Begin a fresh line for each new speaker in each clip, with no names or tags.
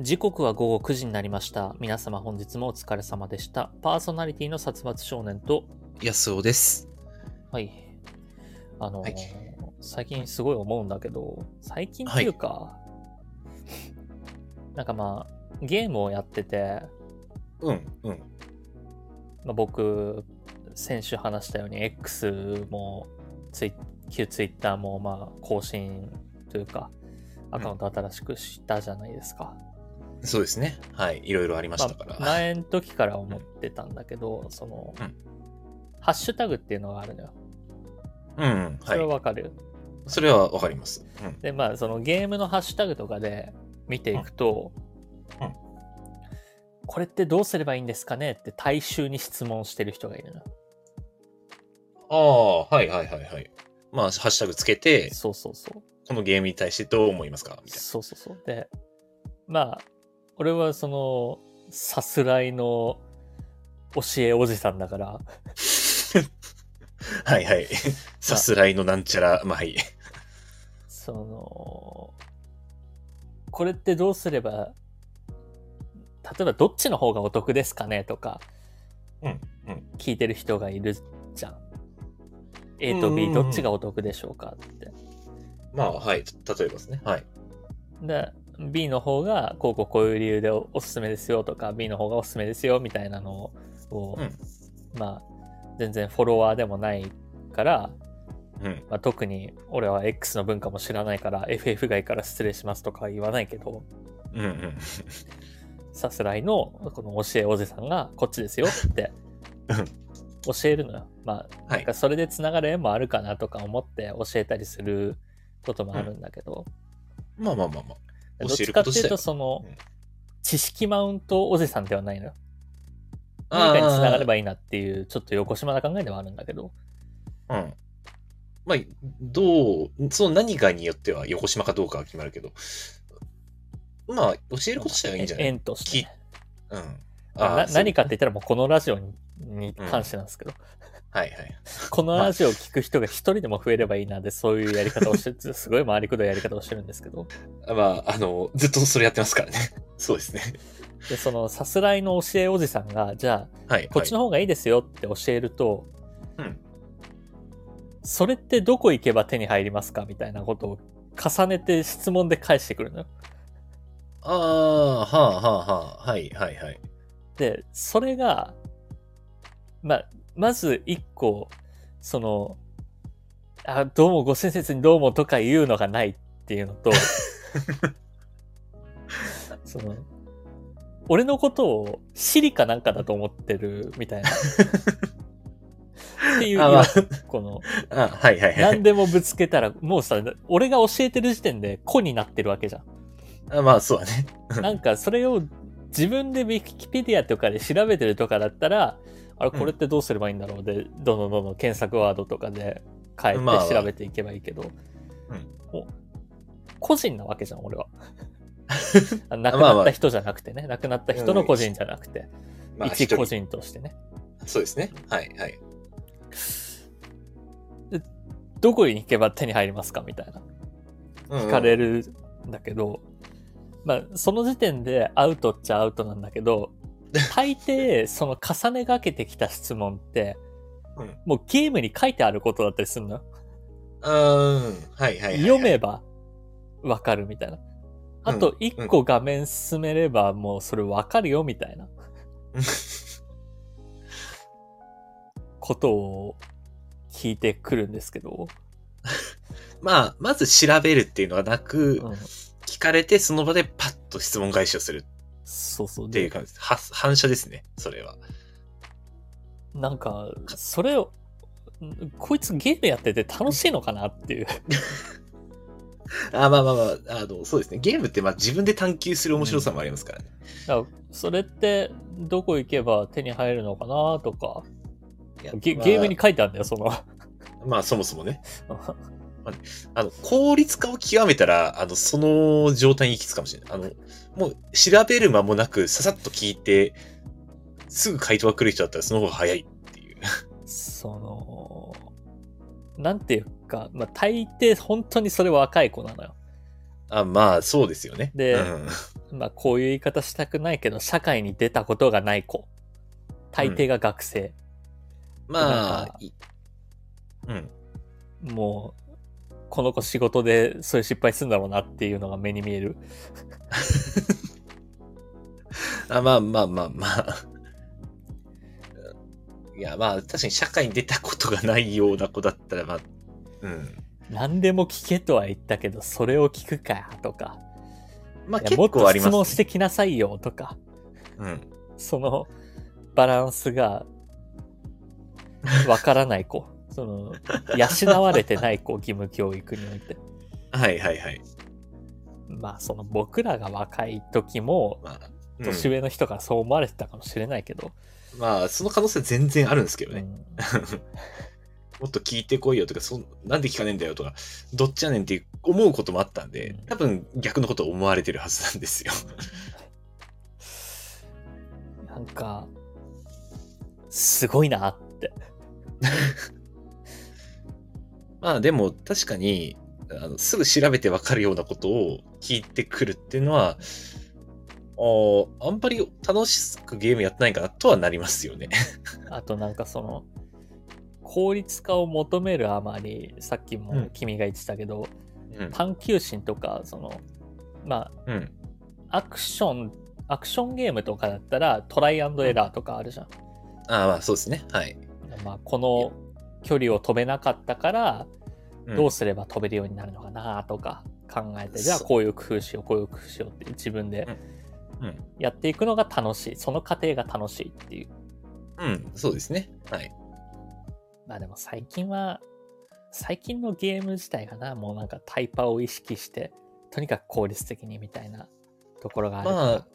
時刻は午後9時になりました。皆様本日もお疲れ様でした。パーソナリティの殺伐少年と、
安尾です。
はい。あのー
はい
最近すごい思うんだけど、最近っていうか、なんかまあ、ゲームをやってて、
うん、うん。
まあ、僕、先週話したように X もツイ、旧 Twitter もまあ更新というか、アカウント新しくしたじゃないですか。
そうですね。はい。いろいろありましたから。
まあ、前の時から思ってたんだけど、その、
うん
ハッシュタグっていうのがあるのよ。
うん、
それは
はい。
わかる、
それはわかります。うん。
で、まあ、そのゲームのハッシュタグとかで見ていくと、
うんうん
これってどうすればいいんですかねって大衆に質問してる人がいるの。
ああ、はいはいはいはい。まあ、ハッシュタグつけて、
そうそうそう。
このゲームに対してどう思いますかみたい
そうそうそう。で、まあ、俺はその、さすらいの教えおじさんだから、
な。は いはい。さすらいのなんちゃら、まあはい。
そのこれってどうすれば例えばどっちの方がお得ですかねとか
うん、うん。
聞いてる人がいるじゃん A と
うん
B
うんうん
どっちがお得でしょうかって
まあ、はい。た例えばですね。はい。
で B の方がこうこうこういう理由でおおすすめですよとか B の方がおすすめですよみたいなのを、
うん
まあ全然フォロワーでもないから、
うん。
まあ、特に俺は X の文化も知らないから FF 外から失礼しますとかは言わないけど、
うん、うん。
さすらいのこの教えおじさんがこっちですよって
うん
教えるのよ。まあ、
は
なん
い
か。それでつながる縁もあるかなとか思って教えたりすることもあるんだけど、
まあまあまあまあ。
どっ
教え
ち
る
か
こ
っていう
と自体
と
は
その
うん
知識マウントおじさんではないのよ。何かにつながれ
い
ばいいなっていうちょっと横島な考えではあるんだけど、
い。うん。まあ、どう、その何かによっては横島かどうかは決まるけど、まあ、教えること自体はいいんじゃない
縁としてね、
うん。
まあな
ー
何かって言ったらもうこのラジオにに関してなんですけど、
はいはい。
このラジオを聞く人が一人でも増えればいいなでそういうやり方をしてるすごい回りくどいやり方をしてるんですけど
まあ、あの、ずっとそれやってますからね。 そうですね。
でそのさすらいの教えおじさんがじゃあ
はい。
こっちの方がいいですよって教えると、
はいうん
それってどこ行けば手に入りますかみたいなことを重ねて質問で返してくるのよ。
ああ、はあはあはあ。はいはいはい。
でそれが、まあ、まず一個その「あどうもご親切にどうも」とか言うのがないっていうの とその俺のことをシリかなんかだと思ってるみたいな。っていう
あまあ
この
あはいはいは
何
い。
でもぶつけたらもうさ俺が教えてる時点で子になってるわけじゃん。
あまあ、そうだね。
なんかそれを自分でウィキペディアとかで調べてるとかだったら、あれこれってどうすればいいんだろうで、どんどんどんどん検索ワードとかで変
まあま
え
あ
て調べていけばいいけど、もう個人なわけじゃん、俺 は。あ亡く
まあ
な
ま
っ
あ
た人じゃなくてね、亡くなった人の個人じゃなくて、
まあ、
一
一人
個人としてね。
そうですね。はいはい。
どこに行けば手に入りますかみたいな。聞
聞
かれ
る。
るんだけど、まあその時点でアウトっちゃアウトなんだけ ど大抵その重ねがけてきた質問って、
うん
もうゲームに書いてあることだったりするのよ、
うん。はいはいはいはい。
読めばわかるみたいなあ
う
と
ん
一個画面進めればもうそれわかるよみたい な
うん。
ことを聞いてくるんですけど、
まあ、まず調べるっていうのはなく、
うん、
聞かれてその場でパッと質問返しをする
そうそう
ってい
で
う感じです。は反射ですね。それは。
なんかそれをんこいつゲームやってて楽しいのかなって いう
あまあまあまあ、あの、そうですね。ゲームってまあ自分で探求する面白さもありますからね。
だからそれってどこ行けば手に入るのかなとか
いや
ゲ
まあ
ゲームに書いてあるんだよその
まあそもそもね。あの、効率化を極めたら、あの、その状態に行き着くかもしれない。あの、もう調べる間もなく、ささっと聞いて、すぐ回答が来る人だったらその方が早いっていう。
そのなんていうか、まあ、大抵本当にそれは若い子なのよ
あ、まあ、そうですよね。
で
うん
まあこういう言い方したくないけど、社会に出たことがない子。大抵が学生。
ま
なん
あ
か、
いうん。
もう、この子仕事でそういう失敗するんだろうなっていうのが目に見える。
あ、まあまあまあまあ。 いや、まあ、確かに社会に出たことがないような子だったら、まあ、うん。
何でも聞けとは言ったけど、それを聞くかとか。
まあ、
いや
結
もっ
構
と
あり
質
ます、
問してきなさいよとか。
うん。
そのバランスがわからない 子。その、養われてない子、義務教育において。
はいはいはい。
まあ、その僕らが若い時も、
まあ、うん
年上の人からそう思われてたかもしれないけど、
まあ、その可能性全然あるんですけど
う
ね。
ん
もっと聞いてこいよとか、そんなんで聞かねえんだよとか、どっちやねんって思うこともあったんで、多分逆のことを思われてるはずなんですよ。
なんか、すごいなって。
まあでも確かにあのすぐ調べてわかるようなことを聞いてくるっていうのはあーあんまり楽しくゲームやってないかなとはなりますよね。
あとなんかその、効率化を求めるあまり、さっき
う
も
ん
君が言ってたけど、
うん。
探求心とか、その、まあ、
うん、
アクション、アクションゲームとかだったらトライアンドエラーとかあるじゃん。
ああまあそうですね。はい。
まあ、この距離を飛べなかったから、
ん
どうすれば飛べるようになるのかなとか考えて、じゃあ
そう
こういう工夫しよう、こういう工夫しようって自分で
うんうん
やっていくのが楽しい。その過程が楽しいっていう。
うん、そうですね。はい。
まあでも最近は、最近のゲーム自体がな、もうなんかタイパを意識して、とにかく効率的にみたいなところがあるから。
まあ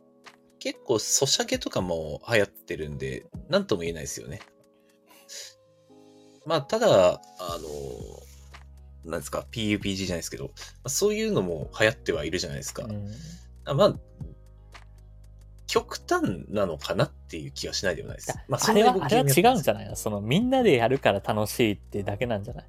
結構ソシャゲとかも流行ってるんで、なんとも言えないですよね。まあただ、あの、なんですか、PUBG じゃないですけど、まあそういうのも流行ってはいるじゃないですか。
うん
あまあ、極端なのかなっていう気はしないでもないです。ま
あれは、あれは違うん
じ
じゃ
ゃ
ないのその、みんなでやるから楽しいってだけなんじゃない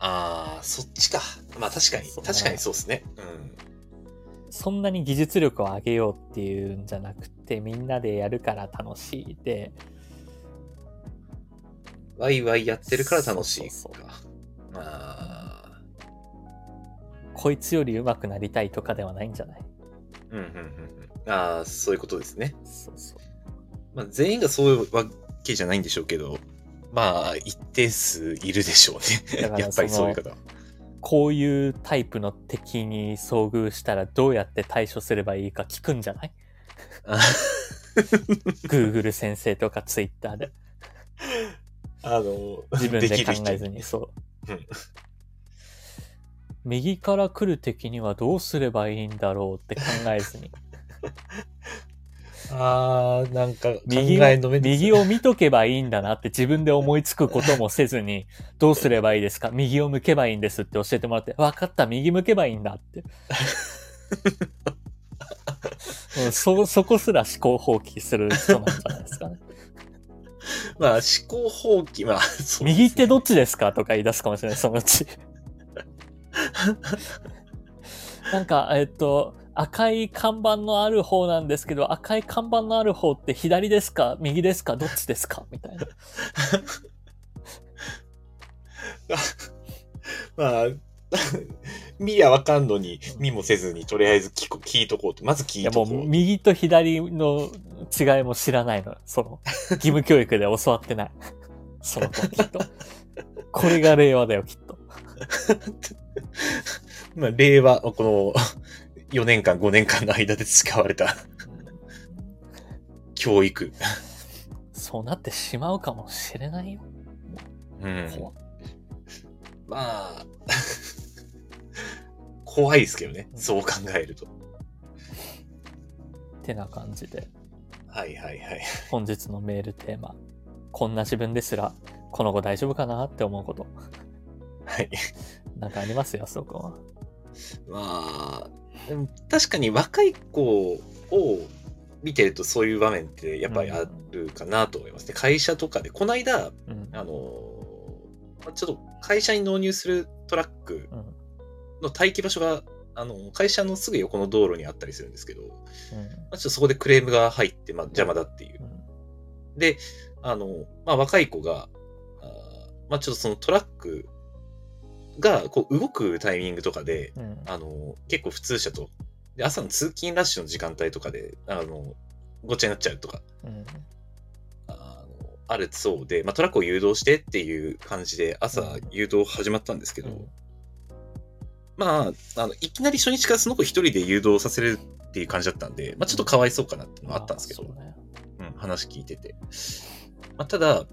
ああ、そっちか。まあ確かに、
そう
確かにそうですね。うん。
そんなに技術力を上げようっていうんじゃなくて、みんなでやるから楽しいで、
ワイワイやってるから楽しいか。
そうそう
ああ、
こいつより上手くなりたいとかではないんじゃない
うんうんうんうん。ああ、そういうことですね。
そうそう。
まあ全員がそういうわけじゃないんでしょうけど、まあ一定数いるでしょう
だ
ね
か。ら
やっぱり
そ
そう
の
いう方は。
こういうタイプの敵に遭遇したらどうやって対処すればいいか聞くんじゃ ない
あ
?Google 先生とか Twitter で
あ の、
自分
き
で考
る人
えずに、そう
うん。
右から来る敵にはどうすればいいんだろうって考えずに。
ああ、なんか考
右
えの
を
目ですね
右を見とけばいいんだなって自分で思いつくこともせず に、どうすればいいですか右を向けばいいんですって教えてもらって、わかった、右向けばいいんだって。 うんそ、そこすら思考放棄する人なんじゃないです かね。
まあ、思考放棄、まあ、そう
右ってどっちですかとか言い出すかもしれない、そのう ち。なんか、えっと、赤い看板のある方なんですけど、赤い看板のある方って左ですか右ですかどっちですかみたいな。
まあ、 見やわかんのに、見もせずに、とりあえず聞こ聞いとこうと。まず
い
聞い
や
と
も
こ
う
う。
右と左の違いも知らないの。その、義務教育で教わってない。 その子きっと。これが令和だよ、きっと。
まあ、令和、この 4年間、5年間の間で使われた教育。
そうなってしまうかもしれないよ。
うん。
怖
まあ、 怖いですけどね。そう考えると。
ってな感じで、
はいはいはい。
本日のメールテーマ。こんな自分ですら、この子大丈夫かなって思うこと。
はい。
なんかありますよ、そこは。
まあ、でも確かに若い子を見てるとそういう場面ってやっぱりあるかなと思いますね。会社とかで、この間、
うん。
あのーまあちょっと会社に納入するトラック
うん
の待機場所があの、会社のすぐ横の道路にあったりするんですけど、まあ、ちょっとそこでクレームが入って、まあ、邪魔だっていう
うん。
で、あの、まあ、若い子が、あーまあ、ちょっとそのトラックが、こう、動くタイミングとかで、
うんうん
あの、結構普通車と、で、朝の通勤ラッシュの時間帯とかで、あの、ごっちゃになっちゃうとか、
うん
あの、あるそうで、まあ、トラックを誘導してっていう感じで、朝誘導始まったんですけど、まあ、あの、いきなり初日からその子一人で誘導させるっていう感じだったんで、まあ、ちょっとかわいそうかなっていうのはあったんですけど、
まあそうね
うん、話聞いてて。まあ、ただ、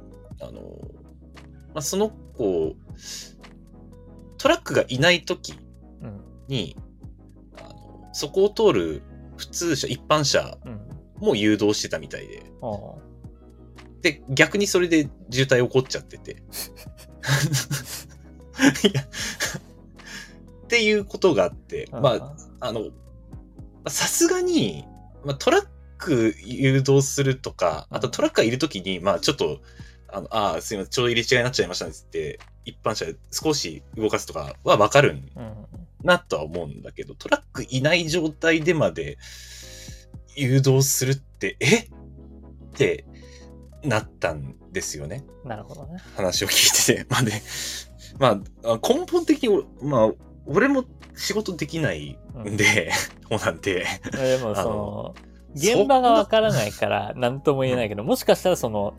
あの、まあ、その子、トラックがいない時
うん
に、あのそこを通る普通車、一般車
うん
も誘導してたみたいで、
ああ
で、逆にそれで渋滞起こっちゃってて。いやっていうことがあって、まあ、あの、さすがに、まあ、トラック誘導するとか、あとトラックがいるときに、まあちょっと、あの、あーすいません、ちょうど入れ違いになっちゃいましたねっつって、一般車で少し動かすとかはわかるん
あうん
なとは思うんだけど、トラックいない状態でまで誘導するって、えってなったんですよね。
なるほどね
話を聞いてて。ま あね、まあ、根本的に俺、まあ、俺も仕事できない
うん
んで、そうなんで、
でも
あ
その
の
現場がわからないから何とも言えないけどもしかしたらその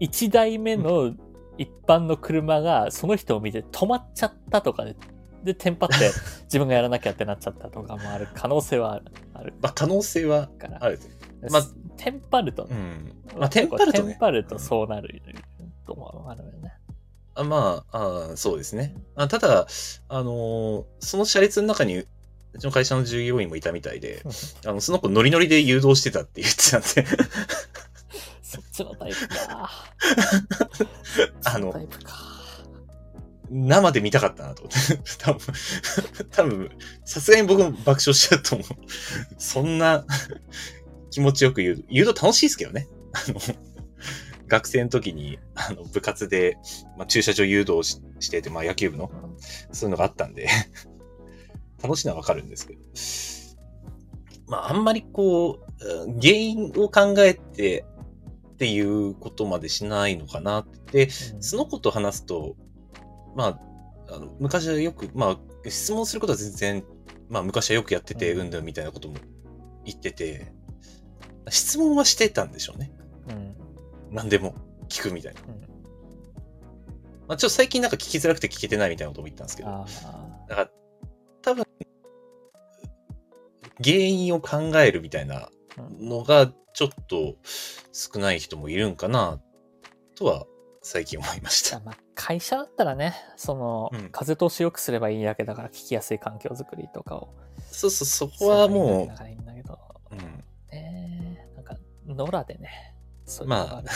1台目の一般の車がその人を見て止まっちゃったとかででテンパって 自分がやらなきゃってなっちゃったとかもある可能性はあるある
まあ、可能性は
から、
ある。
ま
まあ
あ、テンパると
う、ん。まあ、テンパると
テ
ね
ン。パるとそうなるともあるよね
あまああ、そうですね。あただ、あのーその車列の中に、うちの会社の従業員もいたみたいで、あの、その子ノリノリで誘導してたって言ってたんで、
そっちのタイプかそっ
あ
ち
の
タイプか
生で見たかったなと思って。 多分、多分、さすがに僕も爆笑しちゃうと思う。そんな気持ちよく言う。言うと楽しいですけどね。あの、学生の時に、あの、部活で、まあ、駐車場誘導ししてて、まあ、野球部の、そういうのがあったんで、 楽しいのはわかるんですけど。まあ、あんまりこう、うん原因を考えてっていうことまでしないのかなって。
うん
その子と話すと、まあ、あの昔はよく、まあ、質問することは全然、まあ、昔はよくやってて、
うん
うんぬんみたいなことも言ってて、質問はしてたんでしょうね。
うん
何でも聞くみたいな。
うん
まあ、ちょっと最近なんか聞きづらくて聞けてないみたいなことも言ったんですけど、
ああ
だから、多分、原因を考えるみたいな
うん
のが、ちょっと少ない人もいるんかな、とは最近思いまし
じゃ
た
あ。まあ会社だったらねその、
うん
風通しよくすればいいだけだから聞きやすい環境づくりとかを
そうそう、そこはもう
だ、からいいんだけど
うん、
ねなんか野良でねそういうのが
まあ
る、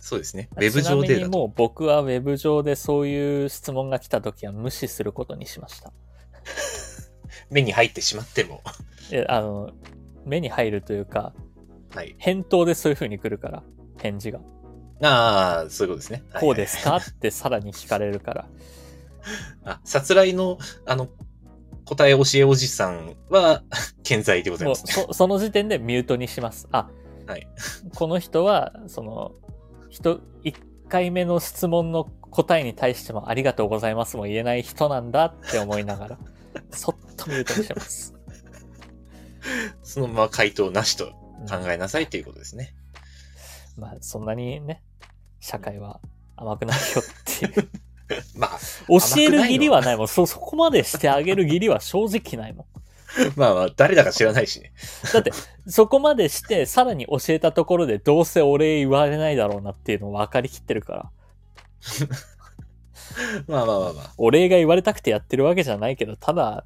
そうですね。ウ
と
ェブ上
ちな
で
みに
だと。
もう僕はウェブ上でそういう質問が来た時は無視することにしました
目に入ってしまっても。
いやあの目に入るというか
はい。
返答でそういう風に来るから返事が
ああ、そういうことですね。はい
こうですかってさらに聞かれるから
あ、さつらいの、あの、答え教えおじさんは、 健在でござい
もう
ますね。
そその時点でミュートにしますあ
はい。
この人はその人1回目の質問の答えに対しても「ありがとうございます」も言えない人なんだって思いな がらそっとミュートにしてます、
そのまま回答なしと
うん
考えなさいということです ね。
まあそんなにね社会は甘くないよって いう
まあ、
教える義理はないもんそそこまでしてあげる義理は正直ないもん
まあまあ、誰だか知らないしね。
だってそこまでしてさらに教えたところでどうせお礼言われないだろうなっていうのを分かりきってるから
まあまあまあまあ。
お礼が言われたくてやってるわけじゃないけど、ただ、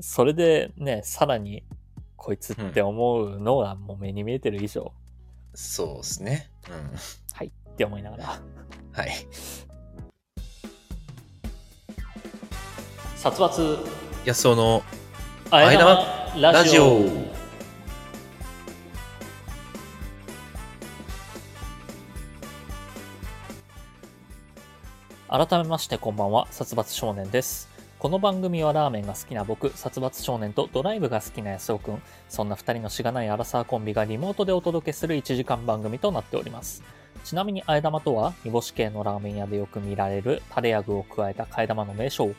それでね、さらに、こいつって思うのがもう目に見えてる以上、
そうですね。うん。
って思いながら。
はい。
殺伐、
いや、その、
あ
え
え
玉
玉ラ
ラ
ジ
ジ
オ。
オ。
改めましてこんばんは、殺伐少年です。この番組はラーメンが好きな僕、殺伐少年とドライブが好きな安尾くん、そんな二人のしがないアラサーコンビがリモートでお届けする1時間番組となっております。ちなみに、あえ玉とは、煮干し系のラーメン屋でよく見られるタレや具を加えた替え玉の名称。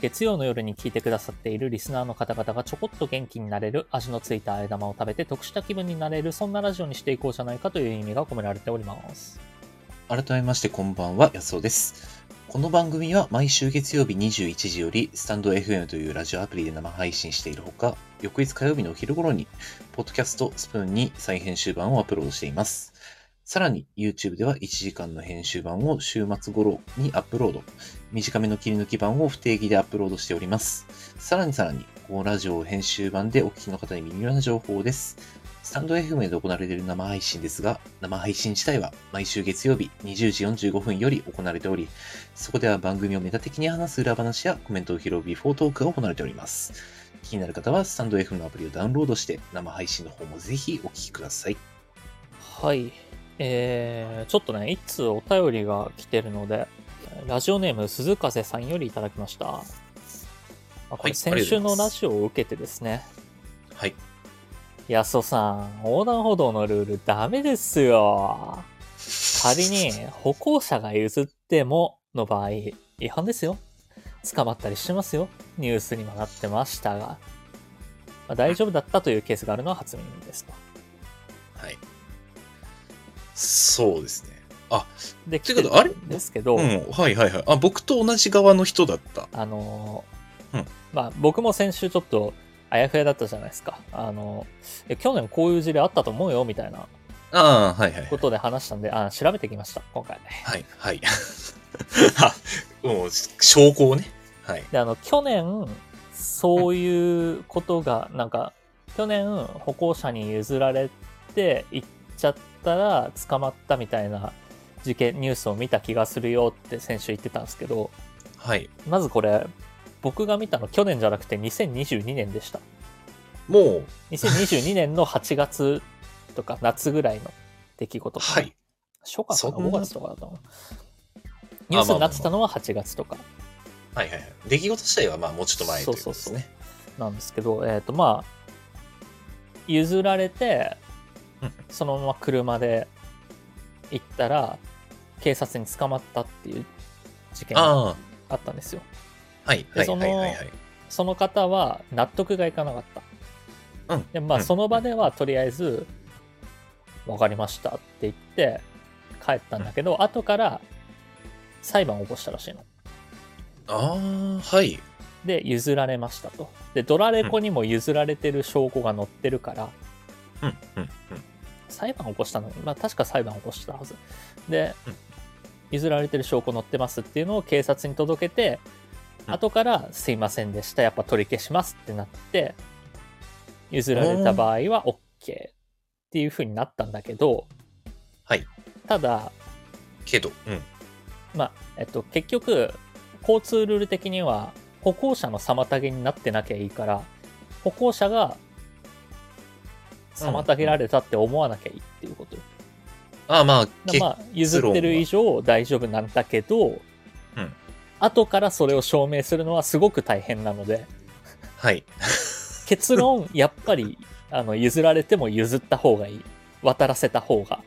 月曜の夜に聞いてくださっているリスナーの方々がちょこっと元気になれる味のついたあえ玉を食べて得した気分になれる、そんなラジオにしていこうじゃないかという意味が込められております。
改めましてこんばんは、安尾です。この番組は毎週月曜日21時より、スタンド FM というラジオアプリで生配信しているほか、翌日火曜日のお昼頃に、ポッドキャストスプーンに再編集版をアップロードしています。さらに、YouTube では1時間の編集版を週末頃にアップロード。短めの切り抜き版を不定期でアップロードしております。さらにさらに、このラジオを編集版でお聞きの方に微妙な情報です。スタンド FM で行われている生配信ですが、生配信自体は毎週月曜日20時45分より行われており、そこでは番組をメタ的に話す裏話やコメントを拾うビフォートークが行われております。気になる方はスタンド FM のアプリをダウンロードして、生配信の方もぜひお聞きください。
はい。えー、ちょっとね、いつお便りが来てるので、ラジオネーム鈴風さんよりいただきました。あこ
はい
れ先週
あ
の
りがとうござい
ラ
ます
ジオを受けてですね、
はい。
安尾さん、横断歩道のルールダメですよ。仮に歩行者が譲ってもの場合、違反ですよ。捕まったりしてますよ。ニュースにもなってましたが、まあ大丈夫だったというケースがあるのは初耳ですと。
はい。そうですね。
で、
てことあれ
来てるんですけど、
うん。はいはいはい。あ、僕と同じ側の人だった。
あのー
うん
まあ僕も先週ちょっとあやふやだったじゃないですか。あのーえ去年こういう事例あったと思うよみたいな
ああ、はいはい
ことで話したんで、あ調べてきました、今回。
はい。はい。 あ、もう、証拠をね。はい。
で、あの、去年、そういうことが、なんか、去年歩行者に譲られて行っちゃったら捕まったみたいな事件、ニュースを見た気がするよって先週言ってたんですけど、
はい。
まずこれ、僕が見たの去年じゃなくて2022年でした。
もう、
2022年の8月とか夏ぐらいの出来事かな
はい。
初夏か
そん
な
な
5月とかだと思うニュースになってたのは8月とか
はいはいはい。出来事自体はまあもうちょっと前ということですね。
なんですけどえっ、とまあ譲られて
うん
そのまま車で行ったら警察に捕まったっていう事件が
あ
あったんですよ
あ、はいはい
そ
はい
の
はいはい。
その方は納得がいかなかった、
うん
でまあ
うん
その場ではとりあえず「分かりました」って言って帰ったんだけど、後から裁判を起こしたらしいの
ああ、はい。
で譲られましたとでドラレコにも譲られてる証拠が載ってるから、
うんうん
裁判を起こしたのまあ確か裁判を起こしたはずで、
うん
譲られてる証拠載ってますっていうのを警察に届けて、
うん
後から「すいませんでしたやっぱ取り消します」ってなって譲られた場合は OK っていうふうになったんだけど
はい
ただ
けど、うん。
まあえっと結局交通ルール的には歩行者の妨げになってなきゃいいから歩行者が妨げられたって思わなきゃいいっていうことよ
ああまあ、け
まあ、譲ってる以上大丈夫なんだけど、
うん
後からそれを証明するのはすごく大変なので
はい。
結論やっぱりあの譲られても譲った方がいい渡らせた方が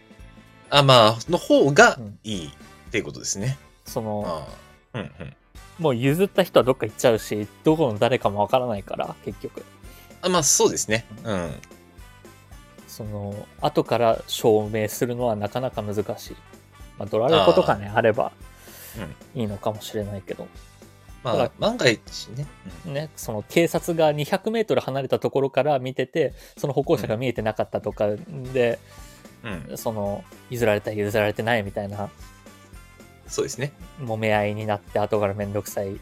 あまあ、の方が
うん
いいっていうことですね。
その
ああ。うんうん。
もう譲った人はどっか行っちゃうしどこの誰かもわからないから結局
あまあそうですね。うん。
その後から証明するのはなかなか難しい、まあ、ドラレコとかねあればいいのかもしれないけど、だ
ま
か
あ
ら、
万が一ね。うん
ね、その警察が200メートル離れたところから見てて、その歩行者が見えてなかったとかで、
うん。
その譲られた譲られてないみたいな
そうですね。
揉め合いになって、後からめんどくさい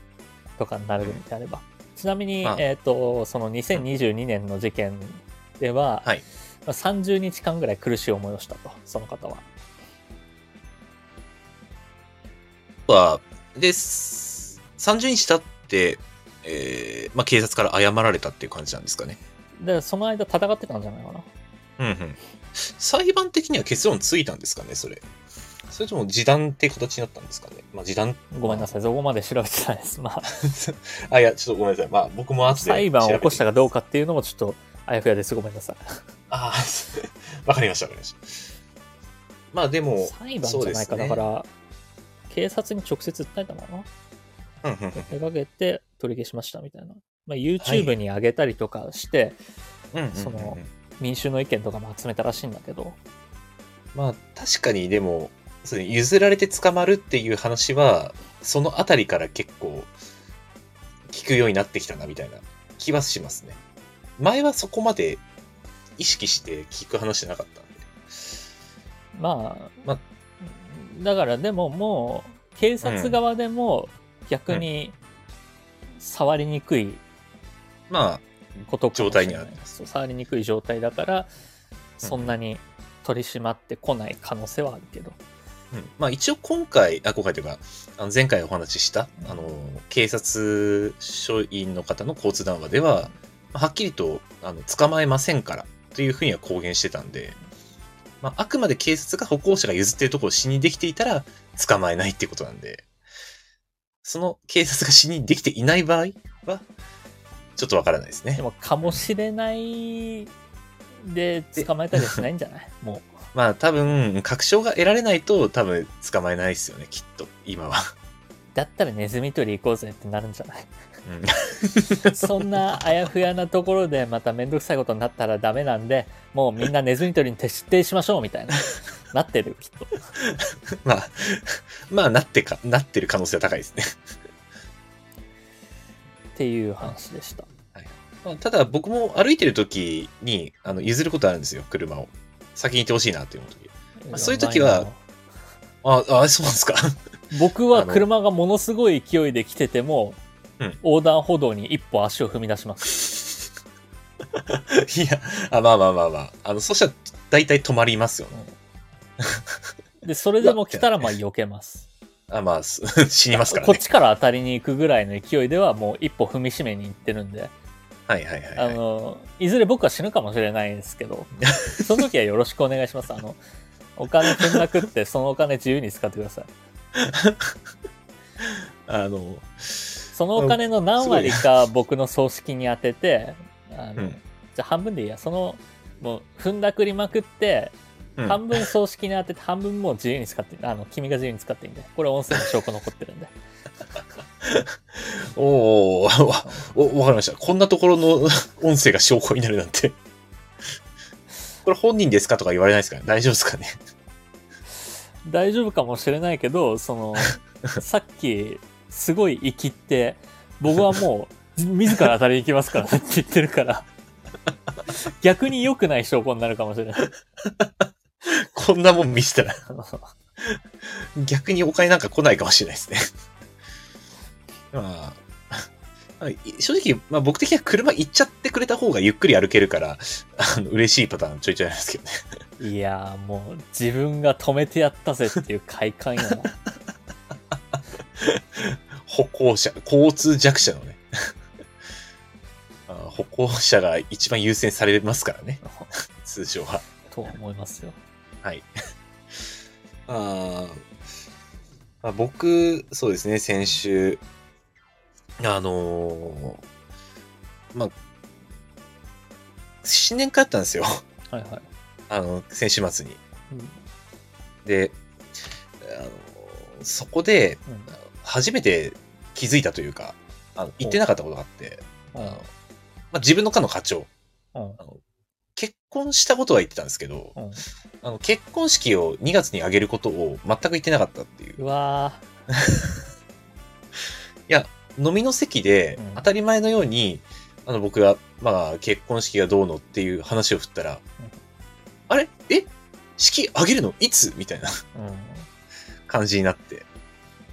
とかになるんであれば。ちなみに、
まあ
えっ、と、その2022年の事件では、
はい
まあ30日間ぐらい苦しい思いをしたと、その方は。
は、です。30日経って、えー、まあ警察から謝られたっていう感じなんですかね。
で、その間戦ってたんじゃないかな。
うんうん。裁判的には結論ついたんですかね、それ。それとも時短って形になったんですかね。まあ時短。
ごめんなさい、そこまで調べてないです。まあ、
あ、いや、ちょっとごめんなさい。まあ僕も後で。
裁判を起こしたかどう
か。
かっていうのもちょっとあやふやです。ごめんなさい。
あ あ、わかりました、わかりました。まあでも、
裁判じゃないか、
そうですね
だから、警察に直接訴えたもの
うんうんうん
手掛けて取り消しましたみたいな。まあ、YouTube に上げたりとかして、
うんうんうんうん
その民衆の意見とかも集めたらしいんだけど、
まあ確かにでもそうね譲られて捕まるっていう話はそのあたりから結構聞くようになってきたなみたいな気はしますね前はそこまで意識して聞く話じゃなかったんで
まあ、
ま
だからでももう警察側でも逆に触りにくい
まあ
ことかもしれない
状態にはなってます
そう触りにくい状態だからそんなに取り締まってこない可能性はあるけど、
うんまあ一応今回、あ、今回というか、あの前回お話しした、あの、警察署員の方の交通談話では、まあはっきりと、あの、捕まえませんから、というふうには公言してたんで、まあ、あくまで警察が歩行者が譲ってるところを死にできていたら、捕まえないってことなんで、その警察が死にできていない場合は、ちょっとわからないですね
で。もかもしれないで捕まえたりはしないんじゃ ないも
まあ多分、確証が得られないと多分捕まえないですよね、きっと、今は。
うだったらネズミ取り行こうぜってなるんじゃない
う ん
そんなあやふやなところでまた面倒くさいことになったらダメなんでもうみんなネズミ取りに徹底しましょうみた いななってるよきっと
まあ、 まあ、なってか、なってる可能性は高いですね。
っていう話でした
まあただ、僕も歩いてる時に、あの、譲ることあるんですよ、車を。先に行ってほしいなって思う時。あそういう時は
やばいな
あ、あ、そうなんですか。
僕は車がものすごい勢いで来てても、
うん
横断歩道に一歩足を踏み出します
いや、あ、まあまあまあまあ。あの、そしたら、大体止まりますよね。
でそれでも来たらまあ避けます
あ、まあ、す 死にますから
こっ
ね。
ちから当たりに行くぐらいの勢いではもう一歩踏みしめに行ってるんで、
はいはいはい、
あ
はい。
のいずれ僕は死ぬかもしれないですけ どその時はよろしくお願いしますあのお金ふんなくってそのお金自由に使ってください
あの、
そのお金の何割か僕の葬式に当ててあの、
うん
じゃあ半分でいいやそのもう踏んだくりまくって
うん
半分葬式に当てて半分もう自由に使ってあの君が自由に使っていいんでこれ音声の証拠残ってるんで
おーわお、わかりました。こんなところの 音声が証拠になるなんて。これ本人ですかとか言われないですから、大丈夫ですかね。
大丈夫かもしれないけどそ のさっきすごい生きって僕はもう自ら当たりに行きますからねって言ってるから逆に良くない証拠になるかもしれない
こんなもん見せたら。逆にお金なんか来ないかもしれないですね。まあ、はい正直、まあ、僕的には車行っちゃってくれた方がゆっくり歩けるから、あの嬉しいパターンちょいちょいありますけどね。
いやーもう自分が止めてやったぜっていう快感やな
歩行者、交通弱者のね。 あ歩行者が一番優先されますからね、通常は。
とは思いますよ
はい。あーまあ、僕、そうですね、先週、あのーまあ、新年会あったんですよ。
はいはい
あの、先週末に。
うんうん
で、あのーそこで、あの初めて気づいたというか、あの言ってなかったことがあって、あ
う
の
ん
まあ、自分の課の課長、
うん
結婚したことは言ってたんですけど、
うん
あの結婚式を2月に挙げることを全く言ってなかったっていう
うわー
飲みの席で
うん
当たり前のように、あの僕が、まあ、結婚式がどうのっていう話を振ったら、
ん
あれえ式挙げるのいつみたいな
う
感じになって。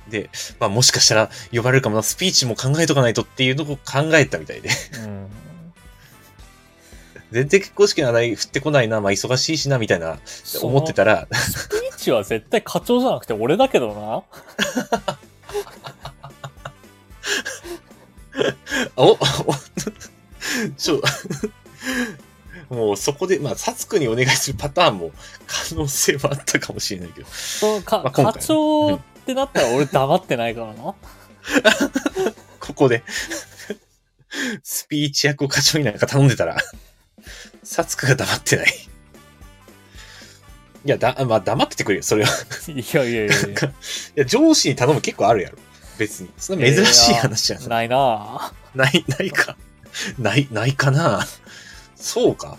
で、まあもしかしたら呼ばれるかもな、スピーチも考えとかないとっていうのを考えたみたいで、
ん、うん、
全然結婚式の話題振ってこないな、まあ忙しいしな、みたいな思ってたら、
スピーチは絶対課長じゃなくて俺だけどな
おおちょ、 もうそこで、まあ、サツクにお願いするパターンも可能性はあったかもしれないけど。
そうか、
まあ今回
課長ってなったら俺黙ってないからな。
ここで、スピーチ役を課長になんか頼んでたら、サツクが黙ってない。いや、だ、まあ、黙っててくれよ、それは。
いやいやいやい
なんかいや、上司に頼む結構あるやろ。別に。そん な珍しい話じゃ
や。ないなぁ。
ない、ないか。ない、ないかな。そうか。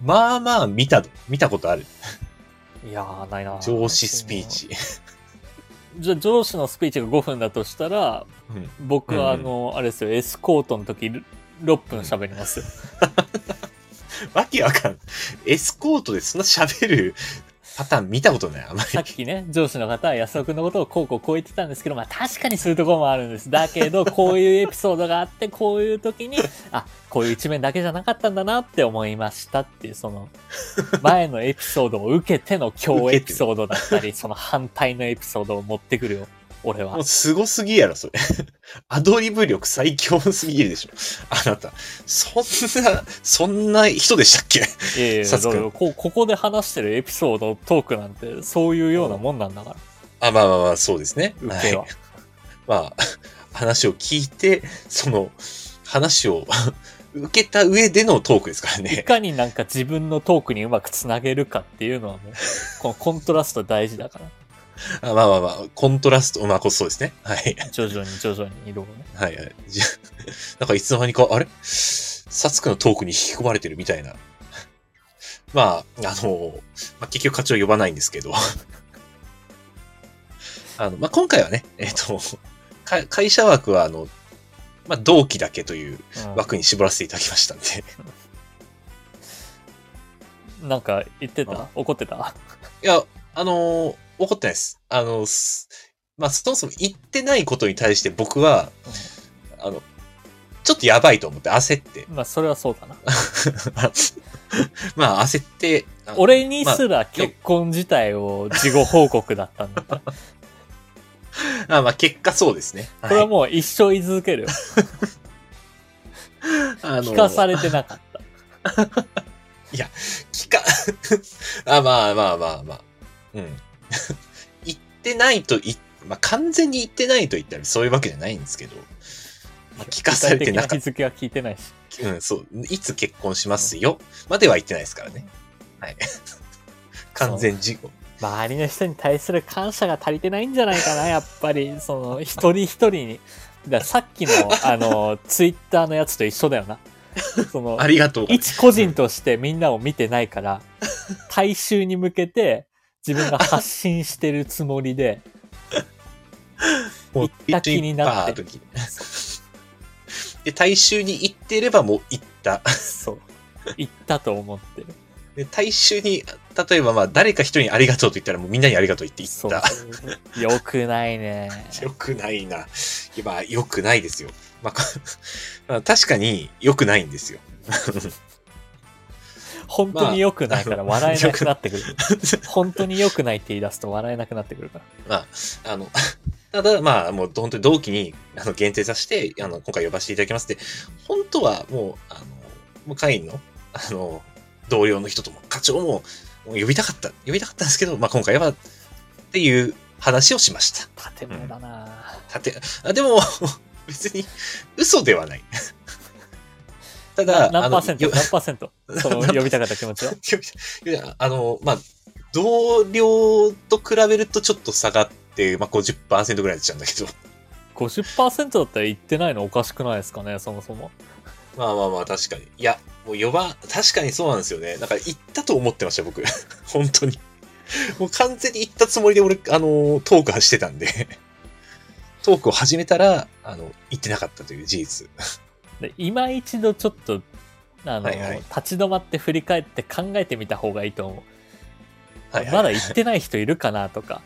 まあまあ、見た、見たことある。
いやーないなぁ
上司スピー。チ。
じゃあ上司のスピーチが5分だとしたら、
うん
僕はあ
うんうん
の、あれですよ、エスコートの時6分喋りますよ。
わけわかん。エスコートでそんな喋るパターン見たことない。あま
さっきね、上司の方は安田君のことをこうこうこう言ってたんですけど、まあ確かにそういうところもあるんです。だけど、こういうエピソードがあって、こういう時に、あ、こういう一面だけじゃなかったんだなって思いましたっていう、その、前のエピソードを受けての強エピソードだ ったり、その反対のエピソードを持ってくるよ、俺
り。も
は
う。すごすぎやろ、それ。 アドリブ力最強すぎるでしょ。 あなた。そんな、そんな人でしたっけ
いやいや
サツ君
だからこうここで話してるエピソード、トークなんて、そういうようなもんなんだから、
あ、まあまあまあ、そうですね。
受けは。
はいまあ、 話を聞いて、その、話を 受けた上でのトークですから
い
ね。
かになんか自分のトークにうまくつなげるかっていうのはもう、 このコントラスト大事だから。
あまあまあまあ、コントラスト、まあこそうですね。はい。
徐々に徐々に色をね。
はい はい。じゃなんかいつの間にか、あれサツクのトークに引き込まれてるみたいな。 まあ、あの、まあ、結局課長呼ばないんですけど。 あの、まあ、今回はね、えっ、と、か会社枠は、あの、まあ、同期だけという枠に絞らせていただきましたんで。
うんなんか言って
あ
た怒ってた
いや、あのー怒ってないです。あの、すまあ、そもそも言ってないことに対して僕は、あの、ちょっとやばいと思って焦って、
まあそれはそうだな。
まあ、焦って、あの
俺にすら結婚自体を事後報告だったんだから。こ
あまあ、結果そうですね。、
れはいもう一生言い続けるよ。
あの
聞かされてなかった。
聞か、 あ、まあまあまあまあ。うん。 言ってないとい、まあ、完全に言ってないと言ったらそういうわけじゃないんですけど、まあ、 聞かされてな
具体的
かっ
日付は聞いてないし。
た。うん、そう。いつ結婚しますよ、までは言ってないですからね。はい。完全事故。
周りの人に対する感謝が足りてないんじゃないかな、やっぱり。 その、一人一人に。だからさっきの、あ の、ツイッターのやつと一緒だよな。その、
ありがとう。
一個人としてみんなを見てないから、大衆に向けて自分が発信してるつもりで、
もう
行った気になって
一緒に行った時 で、大衆に行ってればもう行った。
そう、言ったと思ってる。
で、大衆に、例えばまあ、誰か一人にありがとうと言ったらもうみんなにありがとう言って
そ
行
う
った。
そう。よくないね。
よくないな。今、よくないですよ。まあこ、 まあ確かによくないんですよ。
本当に良くないから
まあ
笑えなくなってくる。本当に良くないって言い出すと笑えなくなってくるから。
まあ、あの、 ただまあ、もう本当に同期にあの限定させて、あの、今回呼ばせていただきますって、本当はもう、あの、もう会員の、あの、同僚の人とも課長ももう呼びたかった、呼びたかったんですけど、まあ今回は、っていう話をしました。
建物だな、
さて、あでも、 別に嘘ではない。 ただ、
な
あ
何
の
パーセント
よ
何パーセントその呼びたかった気持ちは。
いやあの、まあ、同僚と比べるとちょっと下がって、まあ、50%ぐらいになっちゃうんだけど。
50%だったら言ってないのおかしくないですかね、そもそも。
まあまあまあ、確かに。いや、もう呼ば、確かにそうなんですよね。なんか行ったと思ってました、僕。 本当に。もう完全に行ったつもりで俺、あの、トークはしてたんで。トークを始めたら、あの、行ってなかったという事実。
で今一度ちょっとあの、
はいはい
立ち止まって振り返って考えてみた方がいいと思う、
はい、はい。
まだ行ってない人いるかなとか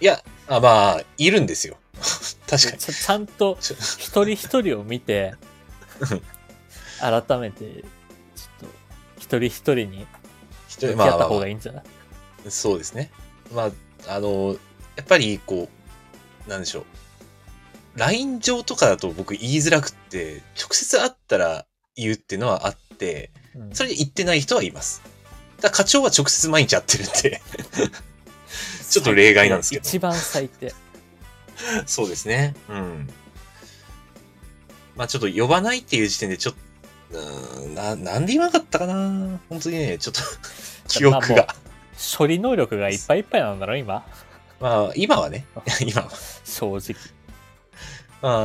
いや、あまあ、いるんですよ。 確かに。
ちゃちゃんと
ちょ
一人一人を見 て改めてちょっと一人一人に
人
向き
まあま
合
あ
っ
ま
た
あ
方がいいんじゃない、
そうですね。まあ、あの、やっぱり、こう、なんでしょう。LINE 上とかだと僕言いづらくって、直接会ったら言うっていうのはあって、
うん
それで行ってない人はいます。だから課長は直接毎日会ってるんで、ちょっと例外なんですけど
一番最低。
そうですね。うん。まあちょっと呼ばないっていう時点でちょっと、うーんな、なんで言わなかったかな本当にね、ちょっ と、記憶が。
処理能力がいっぱいいっぱいなんだろ、今。
まあ、今は ね、今は。
正直。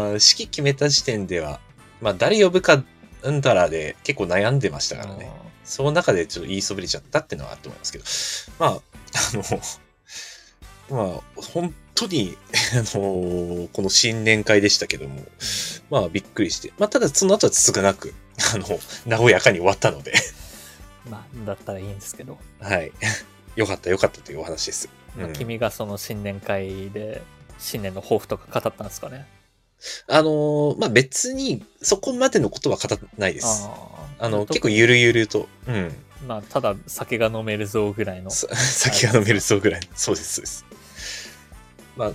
まあ、式決めた時点では、まあ、誰呼ぶか、うんたらで結構悩んでましたからね。その中でちょっと言いそびれちゃったっていうのはあると思いますけど、まあ、あの、まあ、本当に、 あの、この新年会でしたけども、まあ、びっくりして、まあ、ただその後は少なく、あの、和やかに終わったので、
うんまあ、だったらいいんですけど、
はい。よかった、よかったというお話です。
まあ
うん
君がその新年会で、新年の抱負とか語ったんですかね。
あの、まあ、別に、そこまでのことは語ってないです。
あー
あの、結構ゆるゆると、うん。
まあ、ただ酒が飲めるぞぐらいの。
さ 先が飲めるそうぐらい。そうです、そうです。ま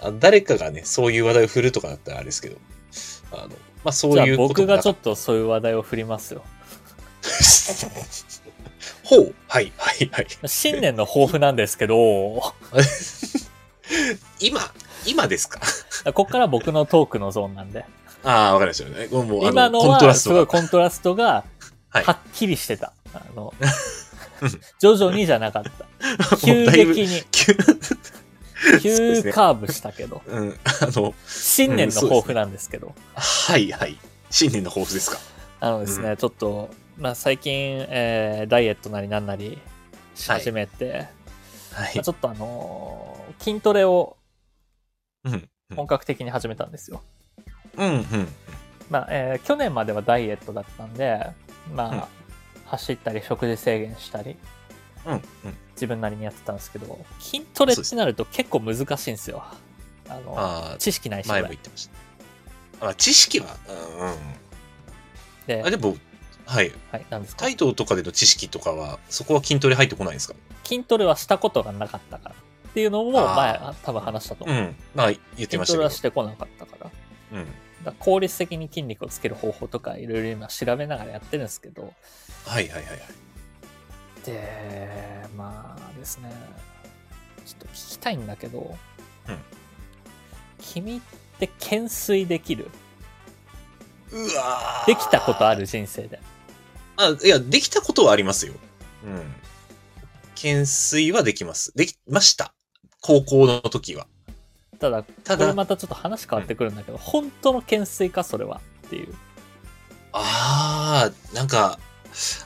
あ、あ誰かがね、そういう話題を振るとかだったらあれですけど、あの、まあそう
じゃあ
いうこと
僕がちょ
っ
っとそういう話題を振りますよ。
と。 ほう、はい、はい、はい。
新年の抱負なんですけ ど、
今、今ですか
ここから僕のトークのゾーンなんで。
ああ、わかりましたね。もうもう、
今
あ
の
の、コント
は
ラス
すご
ト
い
が。
コントラストが
はい
はっきりしてた。あの
うん
徐々にじゃなかった。
も
急
うだいぶ
激に、
急そうです
急
ね
カーブしたけど、
うん、あの、
新年の抱負なんですけど、
はい、はい。新年の抱負ですか。
あのですね、ちょっと、まあ、最近、えーダイエットなりなんなりし始めて、
はい
まあ。ちょっとあのー筋トレを
うん。うん
本格的に始めたんですよ。
うん、うん。
まあえー去年まではダイエットだったんで、まあ
うん
走ったり食事制限したり
うん、うん。
自分なりにやってたんですけど筋トレってなると結構難しいんですよ。あの
あ
知識ない
あ、
し
前
こ
も
れ
言ってました。あ知識は、うん、うん。
で
あ、でも、はい。
はい、なんですか
タイトルとかでの知識とかは、そこは筋トレ入ってこないんですか
筋トレはしたことがなかったからっていうのも前
あ
多分話したと
う
思う、
ん。まあ、言ってまし
筋トレ
たけ
は
ど。
してこなかったからだか
うん。
ら効率的に筋肉をつける方法とかいろいろ今調べながらやってるんですけど
はいはいはいはい。
でまあですねちょっと聞きたいんだけど、
うん
君って懸垂できる
うわー
できたことある人生で
あ、いや、できたことはありますよ。うん。懸垂はできます。できました。高校の時は。
ただ
た
これ
だ、
またちょっと話変わってくるんだけど、本当の懸垂かそれはっていう
あー、なんか、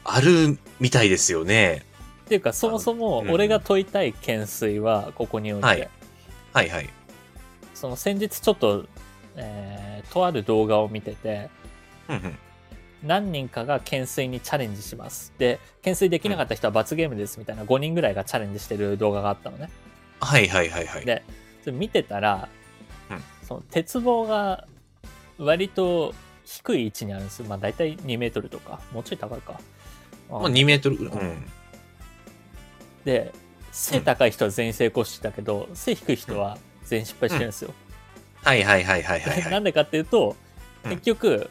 あるみたいですよね。
っていうかそもそも
うん
俺が問いたい懸垂はここにおいて、
はいはいはい。
その先日ちょっと、えーとある動画を見てて
うんうん。
何人かが懸垂にチャレンジしますで懸垂できなかった人は罰ゲームですみたいな5人ぐらいがチャレンジしてる動画があったのね
はいはいはいはい。
でそれ見てたら、
うん
その鉄棒が割と低い位置にあるんですよまあ大体2メートルとかもうちょい高いか、
まあ、2メートルぐらい。うん。
で背高い人は全員成功してたけど、背低い人は全員失敗してるんですよ、
はいはいはいはいはい、は。
ないんでかっていうと
うん
結局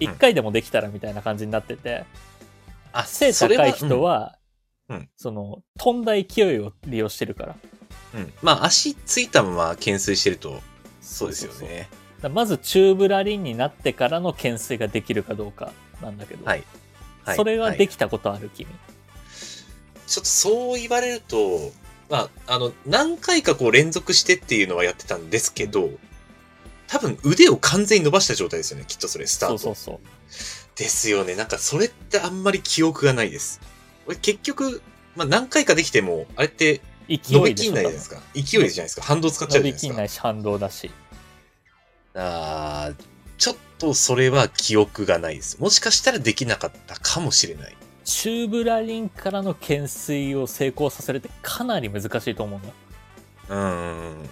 1回でもできたらみたいな感じになってて、
あ、
背
それ
高い人、は
うんうん
その飛んだ勢いを利用してるから
うんうんまあ、足ついたまま懸垂してると、そうですよ
そうそうそう
ね。
だからまずチューブラリンになってからの懸垂ができるかどうかなんだけど、
はいはい
それはで
い
きたことある君、
ちょっとそう言われると、まあ、あの、何回かこう連続してっていうのはやってたんですけど、多分腕を完全に伸ばした状態ですよね。きっとそれ、スター
そ
ト。
うそうそう
ですよね。なんかそれってあんまり記憶がないです。俺結局、まあ何回かできても、あれって
勢
伸び
いで
き
し
ん
ょ
ないじゃないですか。勢いじゃないですか。反動使
多
っちゃ
分
うじ
伸
ゃ
びきんな
ないで
い
す
し反動だし
か。あーちょっとそれは記憶がないです。もしかしたらできなかったかもしれない。
チューブラリンからの懸垂を成功させるってかなり難しいと思うのよ
うーん。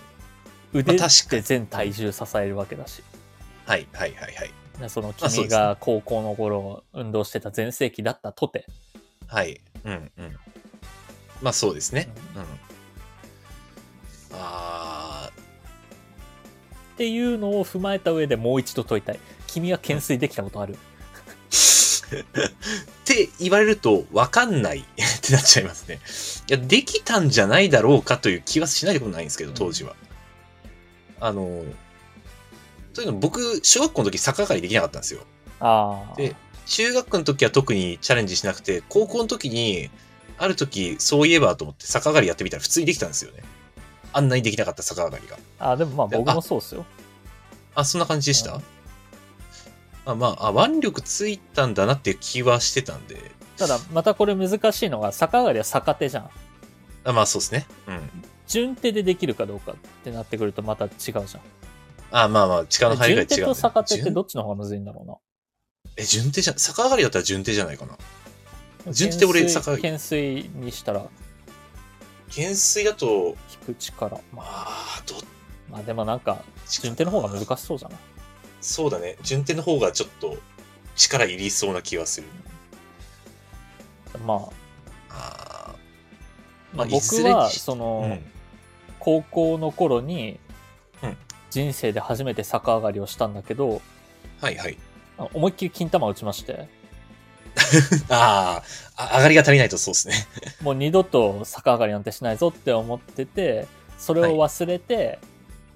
腕っ
まあ確か
て
に
全体重支えるわけだし、
はいはいはいはい。
ねその
まあそ
君
うですね
が高校の頃運動してた全盛期だったとて、
はい。うんうん。まあそうですね。うん。あ
っていうのを踏まえた上でもう一度問いたい君は懸垂できたことある
ーって言われると、わかんない ってなっちゃいますね。いや、できたんじゃないだろうかという気はしないでもないんですけど、当時は。あの、というのも僕、小学校の時逆上がりできなかったんですよ。
ああ。
で、中学の時は特にチャレンジしなくて、高校の時に、ある時、そういえばと思って逆上がりやってみたら普通にできたんですよね。あんなにできなかった逆上がりが。
あでもまあ僕もそうっすよ。
あ、そんな感じでした、
うん
あまあ、あ、腕力ついたんだなっていう気はしてたんで。
ただ、またこれ難しいのが、逆上がりは逆手じゃん。
あまあ、そうですね。うん。
順手でできるかどうかってなってくるとまた違うじゃん。
あまあまあ、力の入りが違
順
う、ね。
手と逆手って
順
どっちの方がむずいんだろうな。
え、順手じゃん。逆上がりだったら順手じゃないかな。順手って俺
懸垂
逆上がり
懸垂にしたら
減衰だと、
引く力。ま
ま
あ、
あ、どっ
まあ、でもなんか、
ちかな
順手の方が難しそうじゃない。
そうだね。順手の方がちょっと力入りそうな気がする。
ま
あ
あ、
まあいず
僕
れに
は、
し
そ
あ、う
の、
ん。
高校の頃に
うん、
人生で初めて逆上がりをしたんだけど、
はいはい。
あ思いっきり金玉打ちまして、
あーあ、上がりが足りないとそうですね。
もう二度と逆上がりなんてしないぞって思ってて、それを忘れて、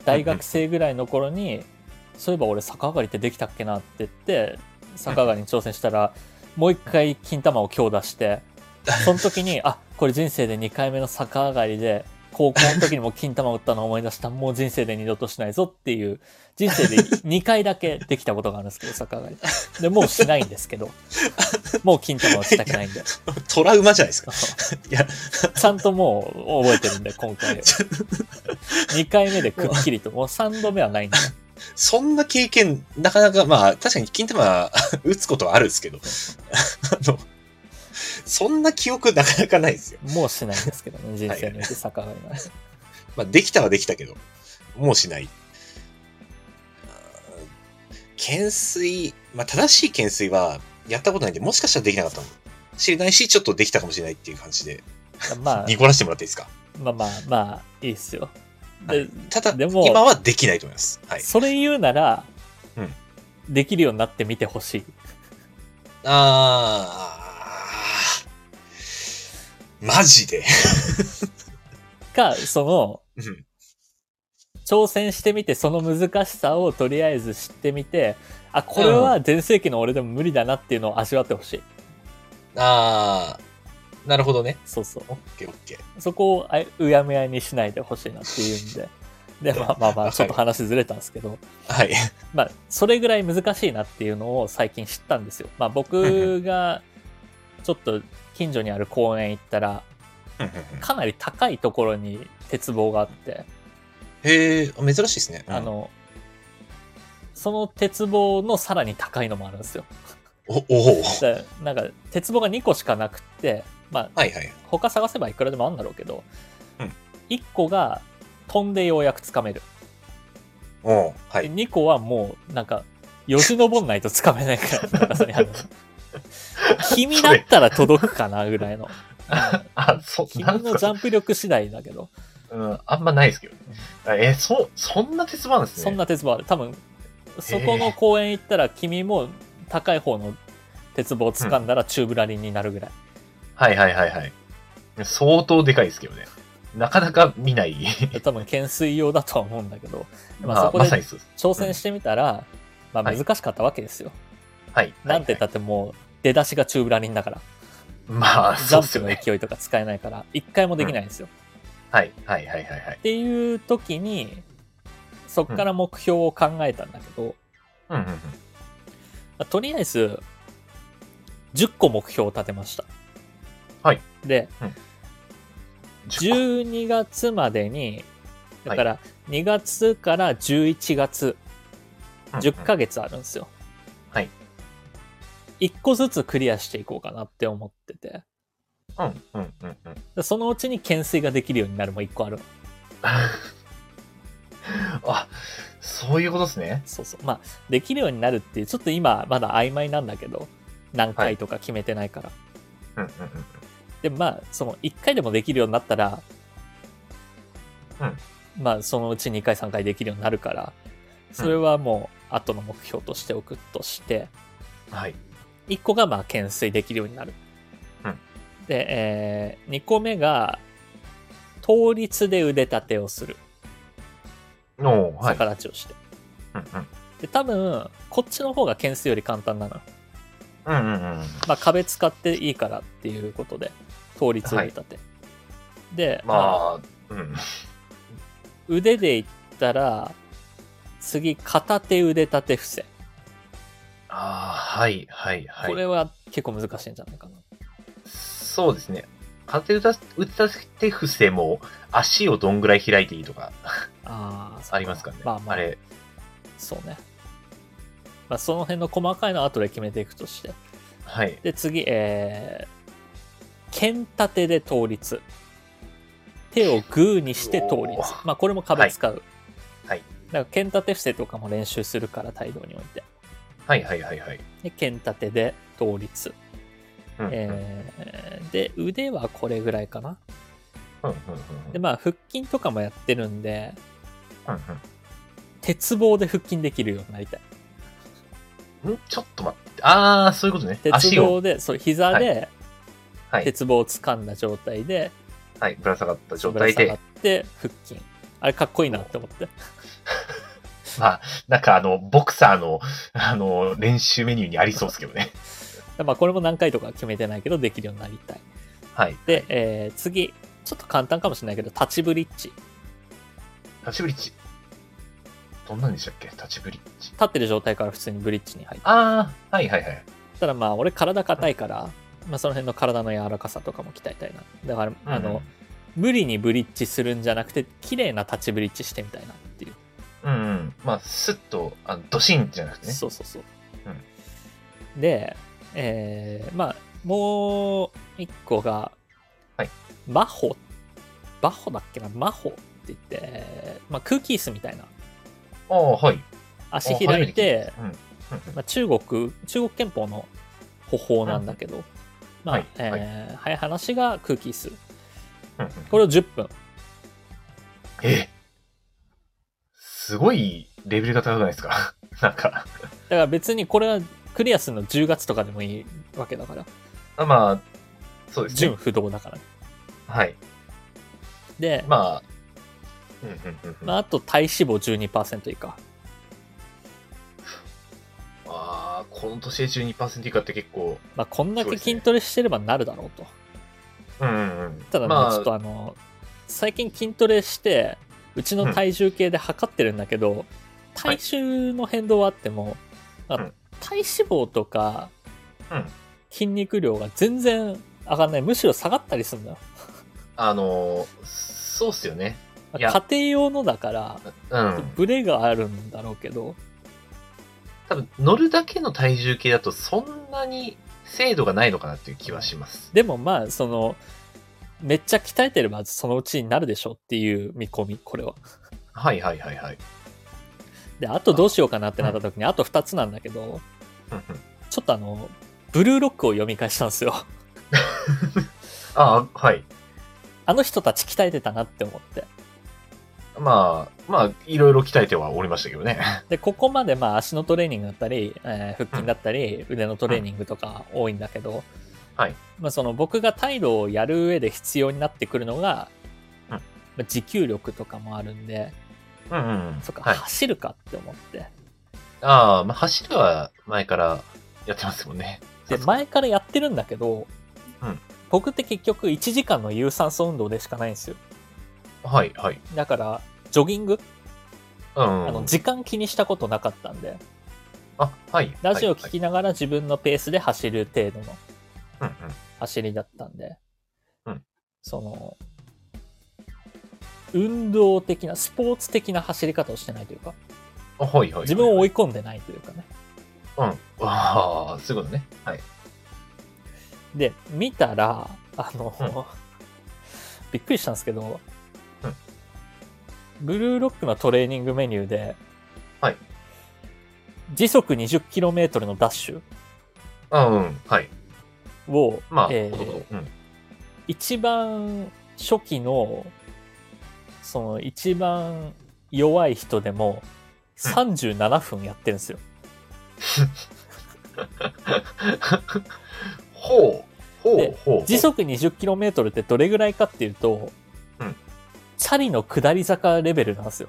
大学生ぐらいの頃に、そういえば俺逆上がりってできたっけなって言って、逆上がりに挑戦したら、もう一回金玉を強打して、その時に、あ、これ人生で2回目の逆上がりで、高校の時にも金玉打ったのを思い出した、もう人生で二度としないぞっていう、人生で2回だけできたことがあるんですけど、逆上がり。で、もうしないんですけど、もう金玉打ちたくないんで。
トラウマじゃないですか。 いや、
ちゃんともう覚えてるんで、今 回。2回目でくっきりと。もう3度目はないんで。
そんな経験、なかなか、まあ、確かに金玉 打つことはあるんですけど、あの、そんな記憶なかなかないですよ。
もうしないんですけどね、人生において逆上がりなんて
まあ、できたはできたけど、もうしない。懸垂、まあ、正しい懸垂は、やったことないんで、もしかしたらできなかったの。知れないし、ちょっとできたかもしれないっていう感じで、
ま あ
ニ、コらせてもらっていいですか。
まあまあ、まあ、いいっすよ。
は
で
い、ただ、
でも
今はできないと思います。はい。
それ言うなら
うん、
できるようになってみてほしい。
あー、マジで。
か、その、
うん
挑戦してみて、その難しさをとりあえず知ってみて、あ、これは全盛期の俺でも無理だなっていうのを味わってほしい。
あー、なるほどね。
そうそう。
オッケーオッケー。
そこをあいうやむやにしないでほしいなっていうんで。で、まあまあま
は
あ、
い
ちょっと話ずれたんですけど、
はい。
まあ、それぐらい難しいなっていうのを最近知ったんですよ。まあ僕が、ちょっと近所にある公園行ったら、かなり高いところに鉄棒があって、
へえ、珍しいですね。うん
あ、の、その鉄棒のさらに高いのもあるんですよ。
お、おお
だからなんか、鉄棒が2個しかなくって、まあ、
はいはい。
他探せばいくらでもあるんだろうけど、
うん
1個が飛んでようやくつかめる。
おうは
で
い。
2個はもうなんかよじ登んないとつかめないから高さにある 君だったら届くかなぐら いの
あ、そ
君のジャンプ力次第だけど
うん、あんまないですけど。え、そ、そんな鉄板です
そん。な鉄棒ある多分そこの公園行ったら君も高い方の鉄棒を掴んだらチューブラリンになるぐらい、
はいはいはいはい。相当でかいですけどね。なかなか見ない。
多分懸垂用だとは思うんだけど、まあ、
まあ、
そこ
まさ
で
にそうです。
挑戦してみたら、ま
は
あ、
い
難しかったわけですよ、
はい。
なんて言った
はい
ってもう出だしがチューブラリンだから
まあ、
ジ
そうです
ャン
よ
プの
ね。
勢いとか使えないから一回もできないんですよ、
はいはいはいはいはい
っ。ていう時にそっから目標を考えたんだけど、ま
うんうんうん。
あとりあえず10個目標を立てました
はい
で
10個
12月までにだから2月から11月10
うんうん
ヶ月あるんですよ、
はい
1個ずつクリアしていこうかなって思ってて
うんうんうん うん。
でそのうちに懸垂ができるようになるも1個ある
あ、そういうことですね。
そうそうまあできるようになるっていうちょっと今まだ曖昧なんだけど何回とか決めてないから、
うんうんうん。
でまあその1回でもできるようになったら、
うん
まあそのうち2回3回できるようになるからそれはもう後の目標としておくとして、
はい。
1個がまあ懸垂できるようになる。
うん
で、え2個目が、倒立で腕立てをする。
おーはい。
逆立ちをして。
うんうん。
で、多分、こっちの方が懸垂より簡単なの。
うんうんうん。
まあ、壁使っていいからっていうことで、倒立腕立て。で、
まあ、うん。
腕でいったら、次、片手腕立て伏せ。
ああー、はいはいはい。
これは結構難しいんじゃないかな。
そうですね。風打た打たせて伏せも、足をどんぐらい開いていいとか
ああ、
ありますからね。
まあまあ
あれ。
そうね。まあ、その辺の細かいのは後で決めていくとして。
はい。
で、次、えー、剣立てで倒立。手をグーにして倒立
おー。
まあ、これも壁使う。
はい
だから、剣立て伏せとかも練習するから、態度において。
はいはいはいはい。
で、剣立てで倒立。
うんうん
えーで、腕はこれぐらいかな。
うんうん
で、まあ、腹筋とかもやってるんで、
うん
鉄棒で腹筋できるようになりたい。
うんんちょっと待って。ああ、そういうことね。
鉄
足を、
棒で、そう、膝で
はい、
鉄棒を掴んだ状態で、
はい、ぶら下がった状
ぶら
態
下がっ
で、
て腹筋。あれかっこいいなって思って。
まあ、なんかあの、ボクサーの、あの、練習メニューにありそうですけどね。
まあこれも何回とか決めてないけどできるようになりたい。
はい。
で、えー次、ちょっと簡単かもしれないけど、立ちブリッジ。
立ちブリッジ。どんなんでしたっけ立ちブリッジ。
立ってる状態から普通にブリッジに入っ
ああ、はいはいはい。
たら、まあ俺体硬いから、まあその辺の体の柔らかさとかも鍛えたいな。だから、あの、無理にブリッジするんじゃなくて、綺麗な立ちブリッジしてみたいなっていう。
うん、うんうん。まあ、スッと、あのドシンじゃなくてね。
そうそうそう。で、えーまあ、もう一個が、
はい
マホ。バホだっけなマホって言って、えーまあ、空気椅子みたいな。
ああ、はい。
足開いて、
あ、初め聞たうんうんうん
まあ、中国、中国憲法の方法なんだけど、まあ、
はい
えー
はい
早い話が空気椅子。
うんうん
これを10分。
えすごいレベルが高くないですか なんか、
だから別にこれはクリアするの10月とかでもいいわけだから、
あまあ、そうです
純
ね。
不動だからね。
はい。
で、ま
まあ、うんうんうんうん。
あ、あと体脂肪12%以下。
あー、この年で12%以下って結構、
まあ、こんだ
そう
け
ですね
筋トレしてればなるだろうと。
うんうんうん。
ただ、ま
ま
あ、
あ、
ちょっとあの、最近筋トレして、うちの体重計で測ってるんだけど、体重の変動はあっても、
い
まあ
うん
体脂肪とか
うん、
筋肉量が全然上がんない。むしろ下がったりするんだよ。
あのーそうっすよね。
まあ
いや
家庭用のだから、
うん。
ブレがあるんだろうけど、
多分、乗るだけの体重計だと、そんなに精度がないのかなっていう気はします。
でもまあ、その、めっちゃ鍛えてればそのうちになるでしょっていう見込み、これは。
はいはいはいはい。
で、あとどうしようかなってなった時に、あと2つなんだけど、
うんうん
ちょっとあの、ブルーロックを読み返したんですよ。
ああ、はい。
あの人たち鍛えてたなって思って。
まあ、まあ、いろいろ鍛えてはおりましたけ どね。
で、ここまでまあ足のトレーニングだったり、えー腹筋だったり、腕のトレーニングとか多いんだけど、
はい。
まあその僕が態度をやる上で必要になってくるのが、
うん
まあ持久力とかもあるんで、
うんうんうん。
そっか、
はい。
走るかって思って。
ああ、まあ、走るは前からやってますもんね。
で、前からやってるんだけど、
うん
僕って結局1時間の有酸素運動でしかないんですよ。
はい、はい。
だから、ジョギング、
うん。
あの、時間気にしたことなかったんで、
あ、はい。
ラジオ聞
はい
きながら自分のペースで走る程度の
はいうんうん。
走りだったんで、
うん
その、運動的な、スポーツ的な走り方をしてないというか、
あはい、はい。
自分を追
い。
い込んでないというかね。
うん。ああ、そういうことね。はい。
で、見たら、あの、
うん
びっくりしたんですけど、
うん
ブルーロックのトレーニングメニューで、
はい
時速 20km のダッシ
あうん。はい。
ュを、
まあ、
えー
ほどほど。うん。
一番初期のその一番弱い人でも
うん
37分やってるんですよ、
ほう、ほう
で、
ほう。
時速 20km ってどれぐらいかっていうと、
うん
チャリの下り坂レベルなんですよ。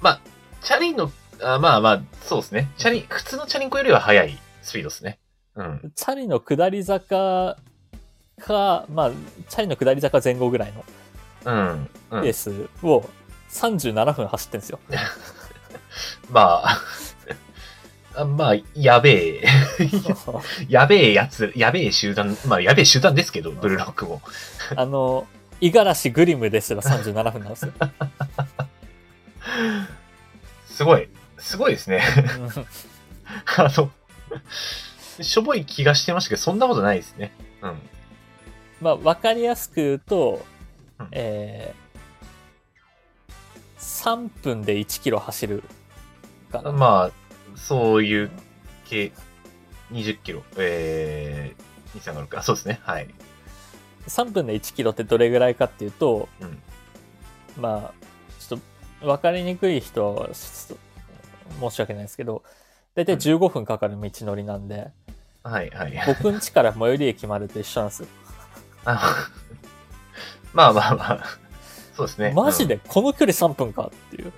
まあ、チャリンの、あまあまあ、そうですね。チャリン、普通のチャリンコよりは速いスピードですね。うん。
チャリの下り坂か、まあ、チャリの下り坂前後ぐらいの
うん。う
ペー
ん、
スを37分走ってんですよ。
まあ、 あまあ、やべえ。 やべえやつ、やべえ集団、まあ、やべえ集団ですけど、ブルーロックも。
あの、五十嵐グリムですら37分なんです よ。
すごい、すごいですね。
うん
あの、しょぼい気がしてましたけど、そんなことないですね。うん。
まあ、わかりやすく言うと
うん、
えー、3分で1キロ走るかな。
まあ、そういう系、20キロ、えー、2、3、6、あ、そうですね。はい。
3分で1キロってどれぐらいかっていうと、
うん
まあちょっと分かりにくい人はちょっと申し訳ないですけど大体15分かかる道のりなんで、
はい、はい。
僕ん家から最寄り駅までと一緒なんですよ
あ まあまあまあ。そうですね。
マジでこの距離3分かっていう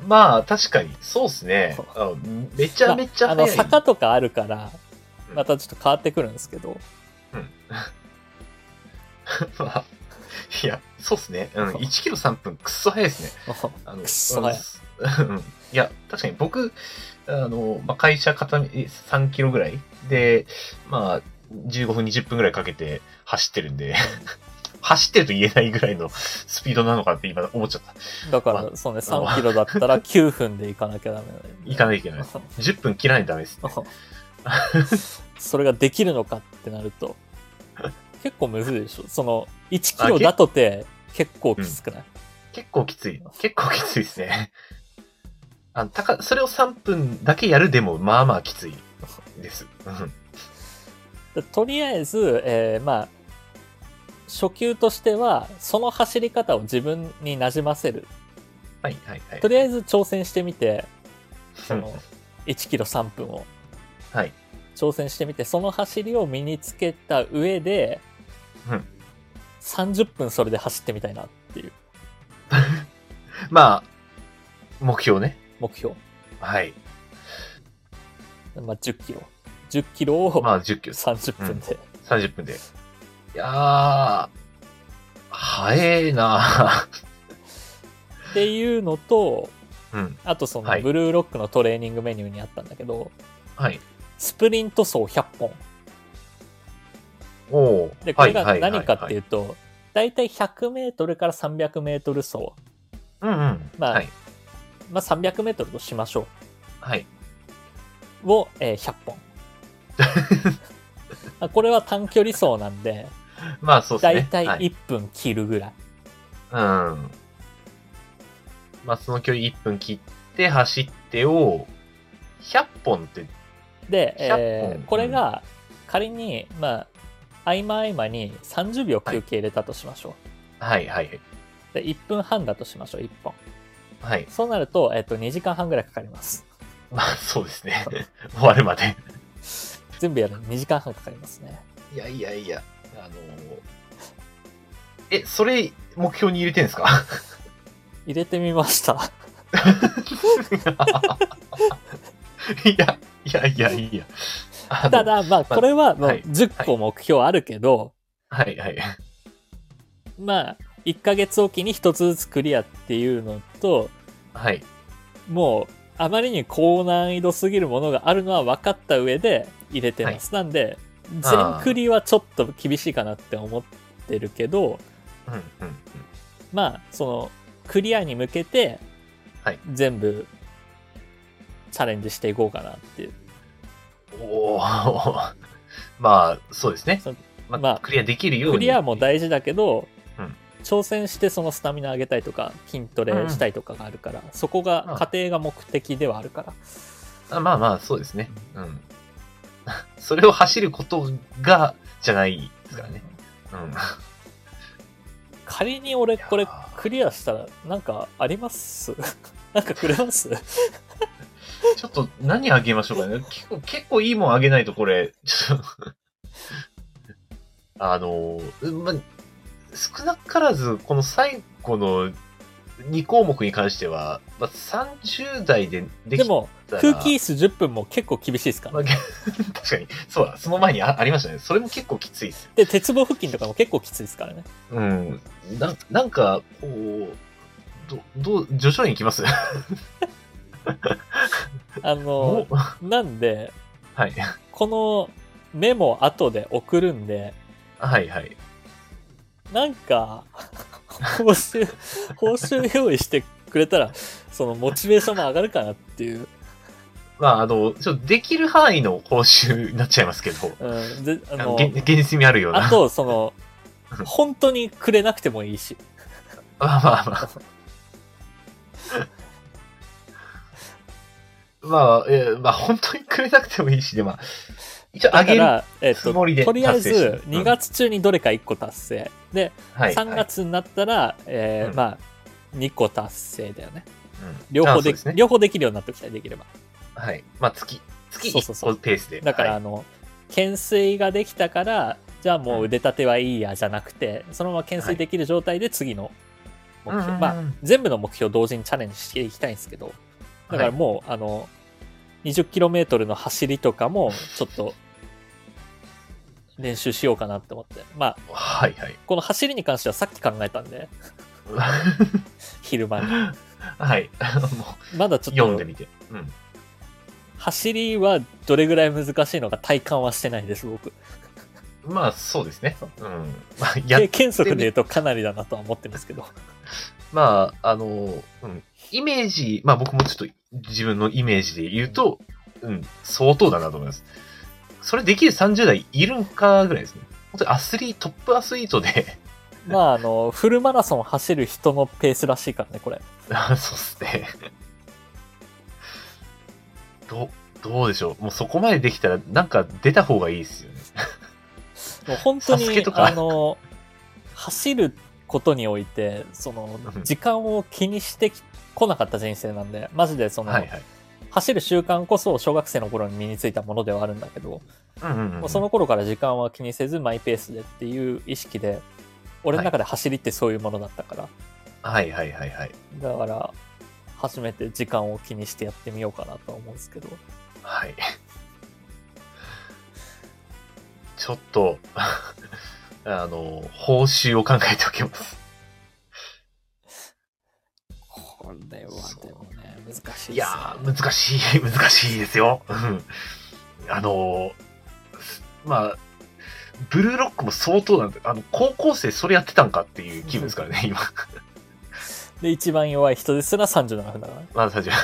うんまあ、確かに。そうですね。あめちゃめちゃ
まああの
早い。
坂とかあるから
うん
またちょっと変わってくるんですけど、
まあいや、そうですね。うん。1キロ3分、くっそ早いですね。あの
くっそ早い
うんうんいや、確かに僕、あの、まあ、会社片道え3キロぐらいで、まあ、15分、20分ぐらいかけて走ってるんで、 走ってると言えないぐらいのスピードなのかって今思っちゃった。
だか
ま
らそうね
あの
3キロだったら9分で行かなきゃダメ
行かないといけないです。10分切らないとダメですね。
それができるのかってなる と、結構むずいでしょ。その、1キロだとて、結構きつくない、
結構きつい。結構きついですね。あの、たか、それを3分だけやるでも、まあまあきついです。うん。
でとりあえず、えーまあ、初級としては、その走り方を自分になじませる。
はい、はい、はい。
とりあえず挑戦してみて、そ
うん
の、1キロ3分を
はい。
挑戦してみて、その走りを身につけた上で、
うん
30分それで走ってみたいなっていう
まあ、目標ね。
目標。
はい。
まあ、10キロ。10キロを、
まあ、10キロ。
30分で、
30分で。いやー、早えな
っていうのと
うん。
あとその
はい
ブルーロックのトレーニングメニューにあったんだけど、
はい。
スプリント走100本
おー
でこれが何かっ
は
て
い
いうと大体 100m から 300m 走、
はいはいうんうん。
まあ
はい。
まあ、300m としましょ
はい。
うを、えー100本 あこれは短距離走なんで
まあ、そうですね。
大体
はい
1分切るぐらい、
うん。まあ、その距離1分切って走ってを、100本って、
で、
100
え
本
ーこれが仮に、まあ、合間合間に30秒休憩入れたとしましょう、
はいはい。
で1分半だとしましょう1本
はい。
そうなると、えっと、2時間半ぐらいかかります。
まあ、そうです ね。終わるまで。
全部やるのに2時間半かかりますね。
いやいやいや、あのーえ、それ、目標に入れてんですか
入れてみました。
いや、いやいやいや。あの
ただ、まあ、これはもう
はい
10個目標あるけど、
はいはい。
まあ、1ヶ月おきに1つずつクリアっていうのと、
はい。
もう、あまりに高難易度すぎるものがあるのは分かった上で入れてます。なんで、全クリはちょっと厳しいかなって思ってるけど、
うんうんうん。
まあそのクリアに向けて
はい
全部チャレンジしていこうかなっていう、
おお。 まあ、そうですね
そう。
まあ、
まあ
クリアできるように。
クリアも大事だけど、
うん
挑戦してそのスタミナ上げたいとか筋トレしたいとかがあるから、そこ
うん
が過程が目的ではあるから、
あまあまあ、そうですね。うん。 それを走ることが、じゃないですからね。うん。
仮に俺こ
い
れ
や ー
クリアしたらなんかありますなんかくれます
ちょっと何あげましょうかね。結構、結構いいもんあげないとこれ、ちょっと あの、うんま、少なからず、この最後の2項目に関しては、ま、30代でで
で
きたら。
も、空気椅子10分も結構厳しいですか
ま
ら。
あ、 確かに、そうだ、その前にあありましたね。それも結構きついです。
で、鉄棒付近とかも結構きついですからね。
うん。ななんか、こう、ど、どう、徐々に行きます
あ
も
の、
うは
なんで、
い。
このメモ後で送るんで、
はいはい。
なん か、報酬、報酬用意してくれたら、そのモチベーションも上がるかなっていう。
まあ、あの、ちょっとできる範囲の報酬になっちゃいますけど、
うん、であ
あ
の
の、現現実味あるような。
あと、その
うん、
本当にくれなくてもいいし。
まあまあま あ。まあ、えーまあ、本当にくれなくてもいいし、でまあ、一応
だ
あ
か
げる。
ら、えっ
つ
と、
もりで
とりあえ
達成し
ず
て、るうん
2月中にどれか1個達成。で、
はい
3
はい
月になったら、えー
うん
まあ、2個達成だよね。
うん
両方
あそう
で、
ですね。
両方できるようになっておきたい、できれば。
はい。まあ、月、月
そうそうそう
1個ペースで。
だから、
は
あ
い、
の、懸垂ができたから、じゃあもう腕立てはいいや、じゃなくて、そのまま懸垂できる状態で次の目標。
うんうんうん
まあ、全部の目標を同時にチャレンジしていきたいんですけど、だからもう、あの、20km の走りとかも、ちょっと、練習しようかなって思って。まあ、
はいはい。
この走りに関してはさっき考えたんで、昼間に。
はい。も
まだち
う
ょっと、
読んでみて。うん。
走りはどれぐらい難しいのか体感はしてないです、僕。
まあ、そうですね。うん。まあ、や
経、験則で言うとかなりだなとは思ってますけど。
まあ、あの、うん。イメージ、まあ僕もちょっと自分のイメージで言うと、うん、相当だなと思います。それできる30代いるんかぐらいですね。本当にアスリート、トップアスリートで、
まあ、あの、フルマラソン走る人のペースらしいからね、これ。
あそうっすね。ど、どうでしょう。もうそこまでできたら、なんか出た方がいいですよね。
もう本当
サス
に
ケと、か
あの、走ることにおいて、その
う、ん
時間を気にしてきこなかった人生なんで、マジでその、
はいはい。
走る習慣こそ小学生の頃に身についたものではあるんだけど、
うんうん、う。
もうんその頃から時間は気にせずマイペースでっていう意識で、俺の中で走りってそういうものだったから、
はいはいはいはい。
だから、初めて時間を気にしてやってみようかなとは思うんですけど、
はい。ちょっと、 あの、報酬を考えておきます。
これは
そう
でもね、難しいです、ね。
いやー、難しい、難しいですよ。うんあのー、まあ、ブルーロックも相当なんで、あの、高校生それやってたんかっていう気分ですからね、今。
で、一番弱い人ですら37分だからね。
まあ、最初。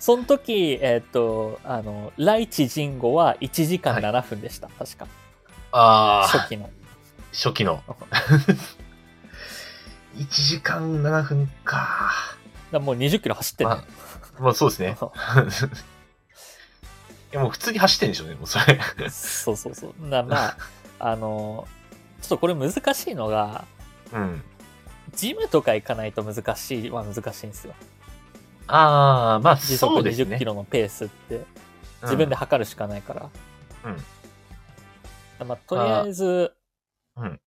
その時、えっ、と、あの、ライチジンゴは1時間7分でした、確か。
あー
初期の。
初期の。1時間7分か。
だからもう20キロ走ってる、
まあ、まあ、そうですね。いや、もう普通に走ってんでしょうね、もうそれ。
そうそうそう。なまあ、あの、ちょっとこれ難しいのが、
うん。
ジムとか行かないと難しいは難しいんですよ。
ああ、まあ、
時
そ
速
うですね。
20キロのペースって、
うん
自分で測るしかないから。まあ、とりあえず、
あうん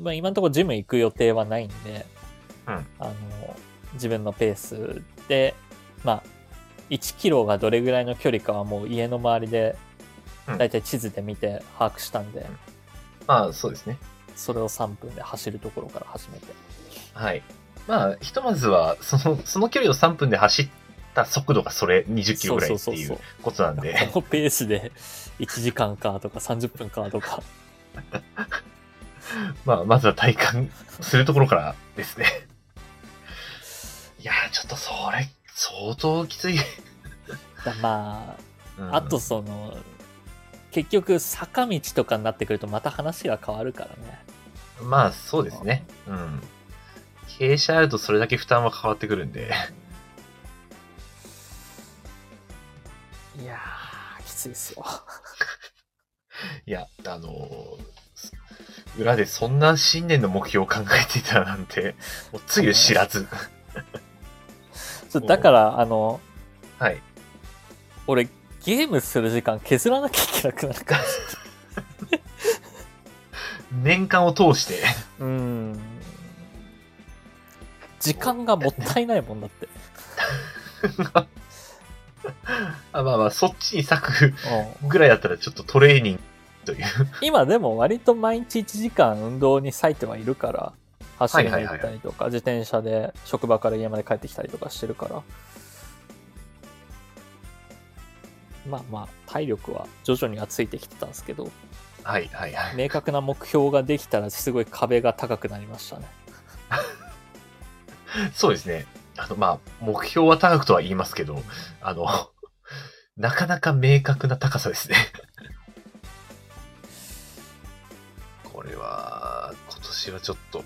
まあ、今のところジム行く予定はないんで、
うん
あの自分のペースで、まあ、1キロがどれぐらいの距離かはもう家の周りで
うん
だいたい地図で見て把握したんで、
んまあ、そうですね。
それを3分で走るところから始めて
はい。まあ、ひとまずは、その、 その距離を3分で走った速度がそれ20キロぐらいって
そうそう
い
そう
う
そ
ことなんで。
このペースで1時間かとか30分かとか
まあ、まずは体感するところから ですね。いやー、ちょっとそれ、相当きつい。
だま
う
あ、
ん
あと、その結局坂道とかになってくるとまた話が変わるからね
まあ、そうですね。うん。傾斜あるとそれだけ負担は変わってくるんで。
いやーきついですよ
いや、あのーす裏でそんな新年の目標を考えていたなんて、もうつゆ知らず。
ちそうだから、あの、
はい。
俺、ゲームする時間削らなきゃいけなくなるから。
年間を通して。
うん。時間がもったいないもんだって。
あまあまあ、そっちに割く
うん
ぐらいだったらちょっとトレーニングという。
今でも割と毎日1時間運動に割いてはいるから走りに行
はい
っ
はい
たりとか自転車で職場から家まで帰ってきたりとかしてるからまあまあ体力は徐々にはついてきてたんですけど
はいはいはい。
明確な目標ができたらすごい壁が高くなりましたね
そうですね。あの、まあ、目標は高くとは言いますけど、あの、 なかなか明確な高さですね。 これは、今年はちょっと、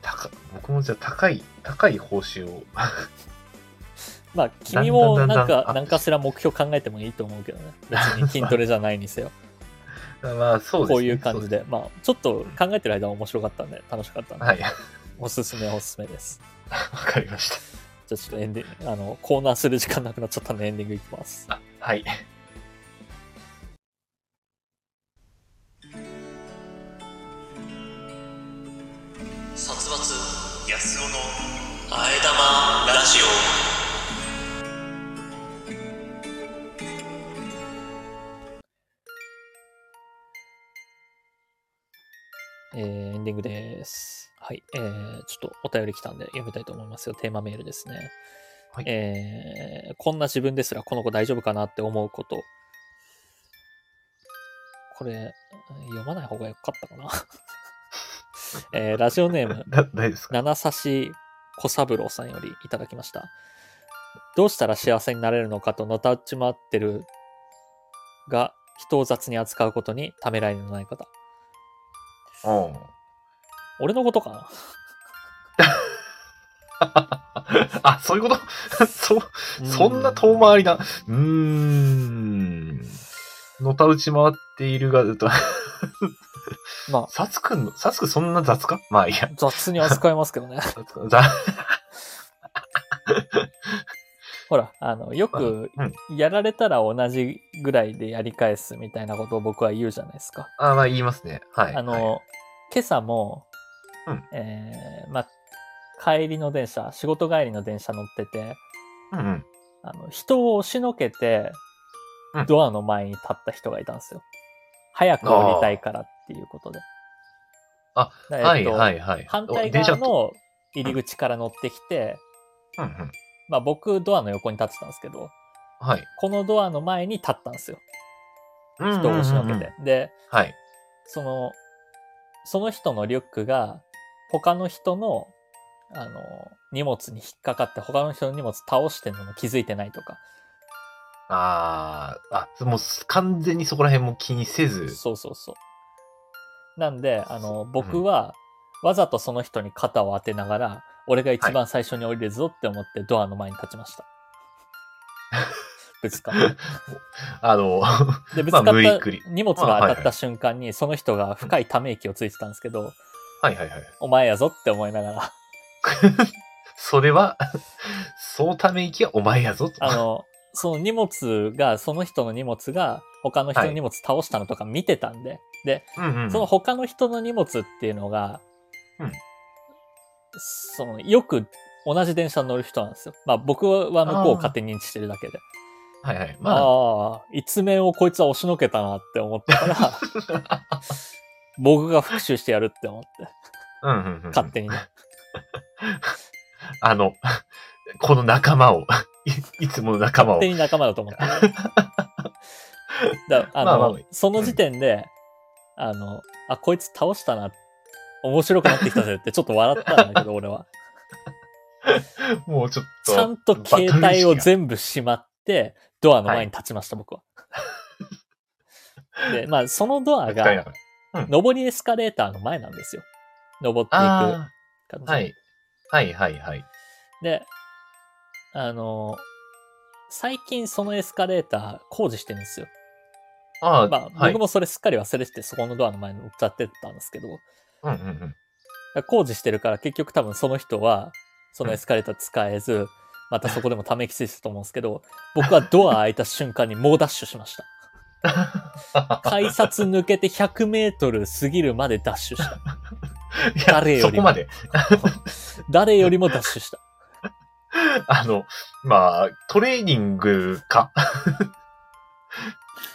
高、僕もじゃあ高い、高い報酬を。
まあ君も
だんだん
なん
だんだんアップ
か何かしら目標考えてもいいと思うけど ね別に筋トレじゃないにせよ
まあ、そうですね。
こういう感じ
そう
でまあちょっと考えてる間は面白かったんで楽しかったん
す。
で
はい。わ
おすすめおすすめです
かりました。
じゃあちょっとエンディング、あの、コーナーする時間なくなっちゃったんでエンディングいきます。
あはい。
殺伐安男のあえ玉ラジオ
えーエンディングです。はい。えーちょっとお便り来たんで読みたいと思いますよ。テーマメールですね。
はい
えーこんな自分ですらこの子大丈夫かなって思うこと。これ、読まない方がよかったかな。 えーラジオネーム、
だ、大丈夫ですか
七指小三郎さんよりいただきました。どうしたら幸せになれるのかとのたうち回ってるが、人を雑に扱うことにためらいのない方。
うん。
俺のことか な
あ、そういうこと そう、そんな遠回りな。うーん。のたうち回っているが、と、
り。 まあ、
さつくんの、さつくんそんな雑かまあいいや、
雑に扱いますけどね。
さつくん、 ざ、
ほら、あの、よく
うん、
やられたら同じぐらいでやり返すみたいなことを僕は言うじゃないですか。
あまあ言いますね。はい。
あ
はい
の、今朝も、
うん
えーまあ、帰りの電車、仕事帰りの電車乗ってて、
うんうん。
あの、人を押しのけて
うん、
ドアの前に立った人がいたんですよ。早く降りたいからっていうことで。
あ
だから、
はい、
えっと
はい、はい。
反対
電車
側の入り口から乗ってきて、
うんうん。
まあ僕、ドアの横に立ってたんですけど、
はい。
このドアの前に立ったんですよ。
うん
人を押しの
うん
け
うんうん
て。で、
はい。
その、その人のリュックが、他の人の、あの、荷物に引っかかって、他の人の荷物倒してるのも気づいてないとか、
ああ、あ、もう完全にそこら辺も気にせず。
そうそうそう。なんで、あ
そ
の、
う
僕は、わざとその人に肩を当てながら、俺が一番最初に降りるぞって思ってドアの前に立ちま した。ぶつかっ
あの、
た。で、ぶつかっ
まあ無理くり
た荷物が
まあ
当
はい
た
は
っ
い
た瞬間に、その人が深いため息をついてたんですけど、
はいはいはい。
お前やぞって思いなが ら、
それは、 そのため息はお前やぞと。
あの、その荷物が、その人の荷物が、他の人の荷物倒したのとか見てたんで、で、
うんうん。
その他の人の荷物っていうのが、
うん
そのよく同じ電車に乗る人なんですよ。まあ僕は向こうを勝手に認知してるだけで。
はいはい。まあ、
ああ、一面をこいつは押しのけたなって思ったから、 僕が復讐してやるって思って、
うんうんうん。
勝手にね。
あの、 この仲間を、 いいつもの仲間を
勝手。に仲間だと思ってる。だあの、
まあまあ
その時点で、あの、あ、こいつ倒したな、面白くなってきたぜってちょっと笑ったんだけど、俺は。
もうちょっと。
ちゃんと携帯を全部しまって、ドアの前に立ちました、僕は。で、まあ、そのドア
バカに
が、
しか
上りエスカレーターの前なんですよ。登っていく
あ
感じ。
あ、はい。はいはいはい。
で、あの、最近そのエスカレーター工事してるんですよ。
ああ、
まあ、
はい。
僕もそれすっかり忘れてて、そこのドアの前に乗っちゃってたんですけど、だか
うんうんうん。
ら工事してるから結局多分その人は、そのエスカレーター使えず、またそこでもため息ついてたと思うんですけ ど、僕はドア開いた瞬間に猛ダッシュしました。改札抜けて100メートル過ぎるまでダッシュ した。
いや
誰よりも
そこまで。
誰よりもダッシュした。
あの、まあ、トレーニングか。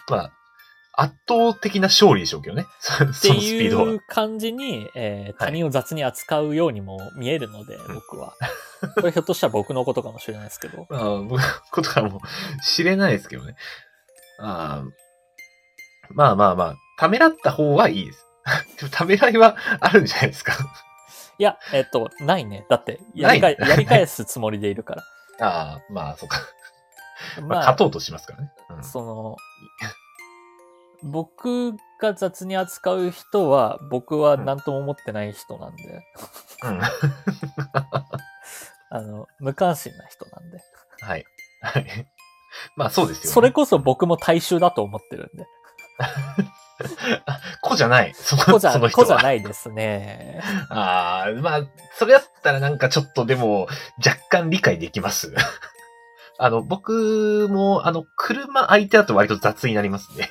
まあ、圧倒的な勝利でしょうけどね。そ の
っ
そ
て
のスピード
い
は
う。感じに、えー
はい
他人を雑に扱うようにも見えるので、僕は。これひょっとしたら僕のことかもしれないですけど。
まあ、僕のことかも知れないですけどね。あーまあまあまあ、ためらった方はいいです。 でもためらいはあるんじゃないですか。
いや、えっ、と、ないね。だってやりかえ、やり返すつもりでいるから。
ああ、まあ、そうか。 まあ、
ま
勝
あ、
とうとしますからね。うん
その、僕が雑に扱う人は、僕は何とも思ってない人なんで、
うん。
あの、無関心な人なんで。
はい。はい。まあ、そうですよ、ね。
それこそ僕も大衆だと思ってるんで。
あ子じゃない。そ
子
の
じゃ、
その人
子
は。
じゃないですね。
ああ、まあ、それだったらなんかちょっとでも、若干理解できます。 あの、僕も、あの、車相手だと割と雑になりますね。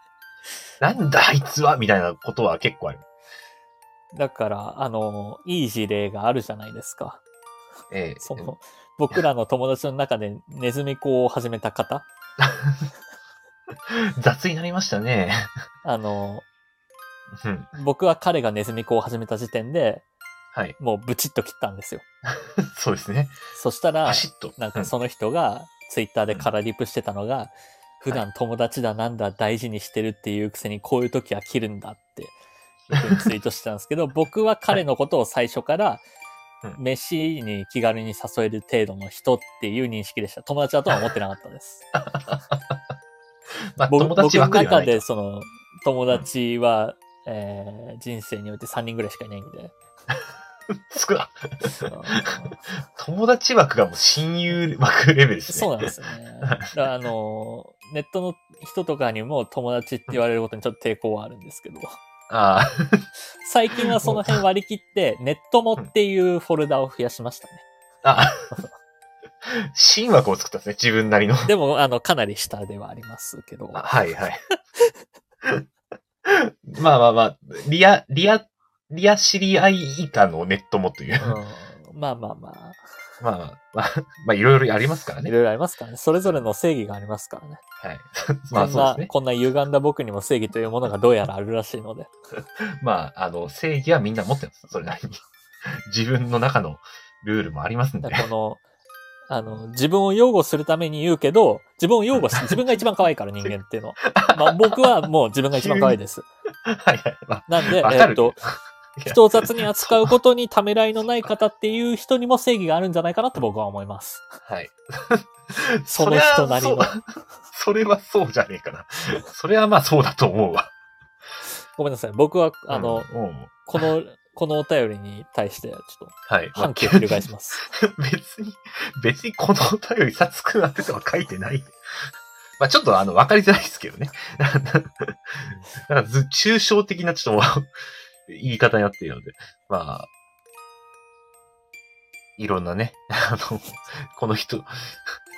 なんだあいつはみたいなことは結構ある。
だから、あの、いい事例があるじゃないですか。
ええ
その、僕らの友達の中でネズミ講を始めた方、
雑になりましたね。
あの、
うん。
僕は彼がネズミ講を始めた時点で
はい。
もうブチッと切ったんですよ。
そうですね。
そしたら
パ、シッと。
なん
う
かその人がツイッターでカラーリプしてたのが、普段友達だなんだ大事にしてるっていうくせにこういう時は切るんだっていう ふうにツイートしてたんですけど、僕は彼のことを最初から
うん、
飯に気軽に誘える程度の人っていう認識でした。友達だとは思ってなかった です。
まあ、
僕
友達枠
僕
で
の
はな
中
い
で
と。
その友達は、えー人生において3人ぐらいしかいない んで
つくわ
あの
友達枠がもう親友枠レベルですね。
そうなんですよねだからあのネットの人とかにも友達って言われることにちょっと抵抗はあるんですけど
あ あ、
最近はその辺割り切ってネットもっていうフォルダを増やしましたね
ああ。新枠を作ったんですね。自分なりの。
でもあのかなり下ではありますけど
あはいはい。 まあまあまあ、リア、リア、リア知り合い以下のネットもという。
うんまあまあまあ
まあまあ、まあいろいろありますから
い
ね。
ろいろありますからねそれぞれの正義がありますからね
はい。 まあ
こん
そう
な
ですね。
こんな歪んだ僕にも正義というものがどうやらあるらしいので
まあ、あの、正義はみんな持ってます。それなりに。 自分の中のルールもありますんで
だ。からこの、あの、自分を擁護するために言うけど、自分を擁護 し、自分が一番可愛いから人間っていうのは。まあ、僕はもう自分が一番可愛い です。
はいはい。まあ、
なんで、え
わか
ーっ
る
と、
いや
人を雑に扱うことにためらいのない方っていう人にも正義があるんじゃないかなって僕は思います。
はい。
その人なりの
そりゃそう。 それはそうじゃねえかな。それはまあそうだと思うわ。
ごめんなさい。僕は、あの、
うん、うん
この、このお便りに対して、ちょっと、
はい。まあ
反旗を翻します。
別に、別にこのお便りさつくなってとは書いてない。まあちょっとあの、わかりづらいですけどね。 なんかず、抽象的なちょっともう言い方になっているので、まあ、いろんなね、あの、この人、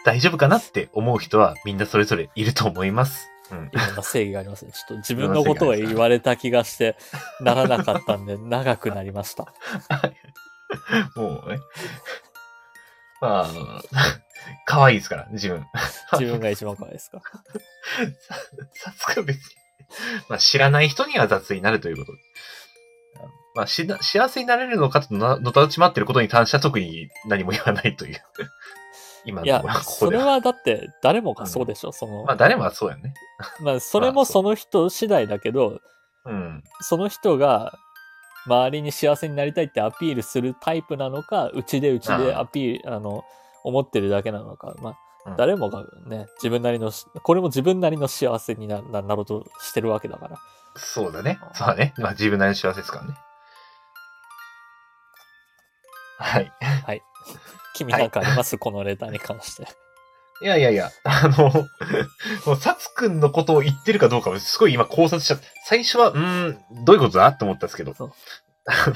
大丈夫かなって思う人はみんなそれぞれいると思います。うん。
いろんな正義がありますね。ちょっと自分のことを言われた気がして、ならなかったんで、長くなりま した。
もうね。まあ、可愛いですから、自分。
自分が一番可愛いですか。
さすが別に。 まあ、知らない人には雑になるということで。まあ、しな、幸せになれるのかとな、のたうち待ってることに関しては特に何も言わないという。 今の
い
と
や
ころは、ここ
そ
で
れ
は。
はだって誰もがそうでしょ、その、
まあ、誰もがそうやね。
まあ、それもその人次第だけど、
うん。
その人が周りに幸せになりたいってアピールするタイプなのか、うちでうちで
ああ
アピール、あの、思ってるだけなのか、まあ、
うん
誰もがね、自分なりのし、これも自分なりの幸せになななろうとしてるわけだから。
そうだね。そうだね。まあ、自分なりの幸せですからね。はい。
はい。君なんかあります、このレターに関して。
いやいやいや、あの、 もう、サツくんのことを言ってるかどうかをすごい今考察しちゃって、最初は、 うーん、どういうことだと思ったんですけど、
そう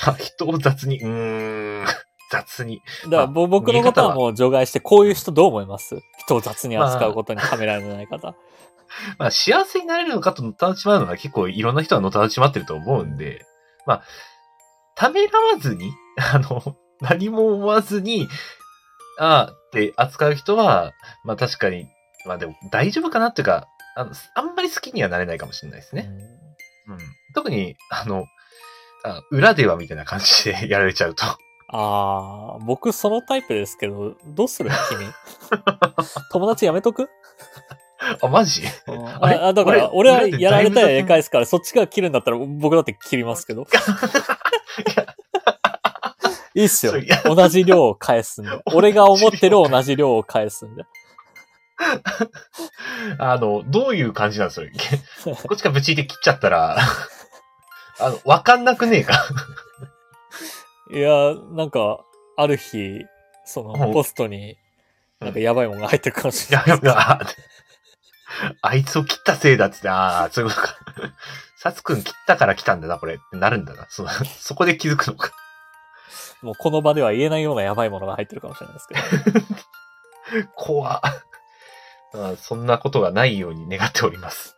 まあ、人を雑に、うーん、 雑に。
だからぼ僕のことはもう除外して、こういう人どう思います人を雑に扱うことにカメラのない方。
まあ、幸せになれるのかとのたうちまうのは結構いろんな人がのたうちまってると思うんで、まあ、ためらわずに、 あの、何も思わずに、ああって扱う人は、まあ確かに、まあでも大丈夫かなっていうか、あの、あんまり好きにはなれないかもしれないですね。うん。特に、あの、あ裏ではみたいな感じでやられちゃうと。
ああ、僕そのタイプですけど、どうする君。 友達やめとく
あ、マジあれ
ああ、だから、俺は
俺だって
やられたら
だいぶ
やり返すから、そっちが切るんだったら僕だって切りますけ ど。いいっすよ
そういや。
同じ量を返すん で。俺が思ってる同じ量を返すんで。
あの、どういう感じなんですよ。こっちがぶちで切っちゃったら、 あの、わかんなくねえか。
いや、なんか、ある日、そ
うん
の、ポストに、なんかやばいもんが入ってるかもし
い
れ
や
ない。
やっぱ、あいつを切ったせいだっつって、ああ、そういうことか。サツくん切ったから来たんだな、これ。ってなるんだな。そのそこで気づくのか。
もうこの場では言えないようなやばいものが入ってるかもしれないですけど。
怖まあそんなことがないように願っております。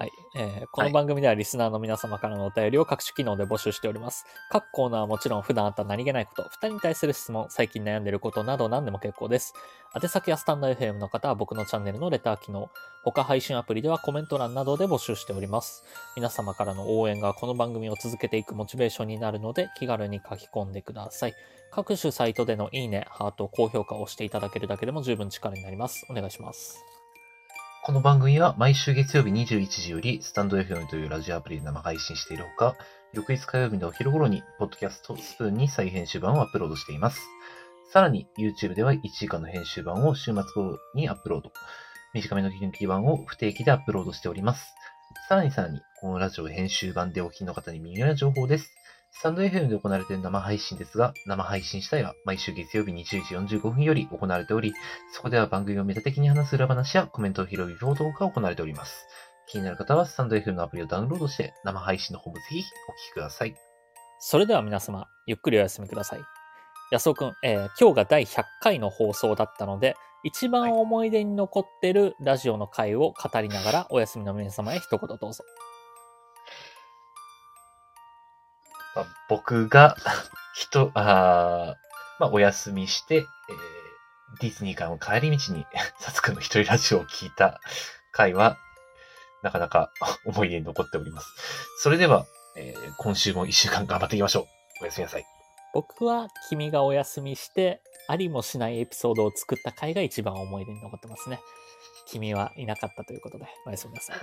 はい、えーこの番組ではリスナーの皆様からのお便りを各種機能で募集しております。各コーナーはもちろん普段あった何気ないこと、2人に対する質問、最近悩んでいることなど何でも結構です。宛先やスタンド FM の方は僕のチャンネルのレター機能、他配信アプリではコメント欄などで募集しております。皆様からの応援がこの番組を続けていくモチベーションになるので気軽に書き込んでください。各種サイトでのいいね、ハート、高評価を押していただけるだけでも十分力になります。お願いします。
この番組は毎週月曜日21時より、スタンド FM というラジオアプリで生配信しているほか、翌日火曜日のお昼頃に、ポッドキャストスプーンに再編集版をアップロードしています。さらに、YouTube では1時間の編集版を週末頃にアップロード。短めの切り抜き版を不定期でアップロードしております。さらにさらに、このラジオ編集版でお聞きの方に耳寄りな情報です。スタンド FM で行われている生配信ですが、生配信したいは毎週月曜日20時45分より行われており、そこでは番組をメタ的に話す裏話やコメントを拾う報道が行われております。気になる方はスタンド FM のアプリをダウンロードして、生配信の方もぜひお聞きください。
それでは皆様、ゆっくりお休みください。安尾くん、えー今日が第100回の放送だったので、一番思い出に残ってるラジオの回を語りながら、お休みの皆様へ一言どうぞ。
まあ僕が、人、 あーまあ、お休みして、えーディズニーからの帰り道に、サツくんの一人ラジオを聞いた回は、なかなか思い出に残っております。それでは、えー今週も一週間頑張っていきましょう。おやすみなさい。
僕は君がお休みして、ありもしないエピソードを作った回が一番思い出に残ってますね。君はいなかったということで、おやすみなさい。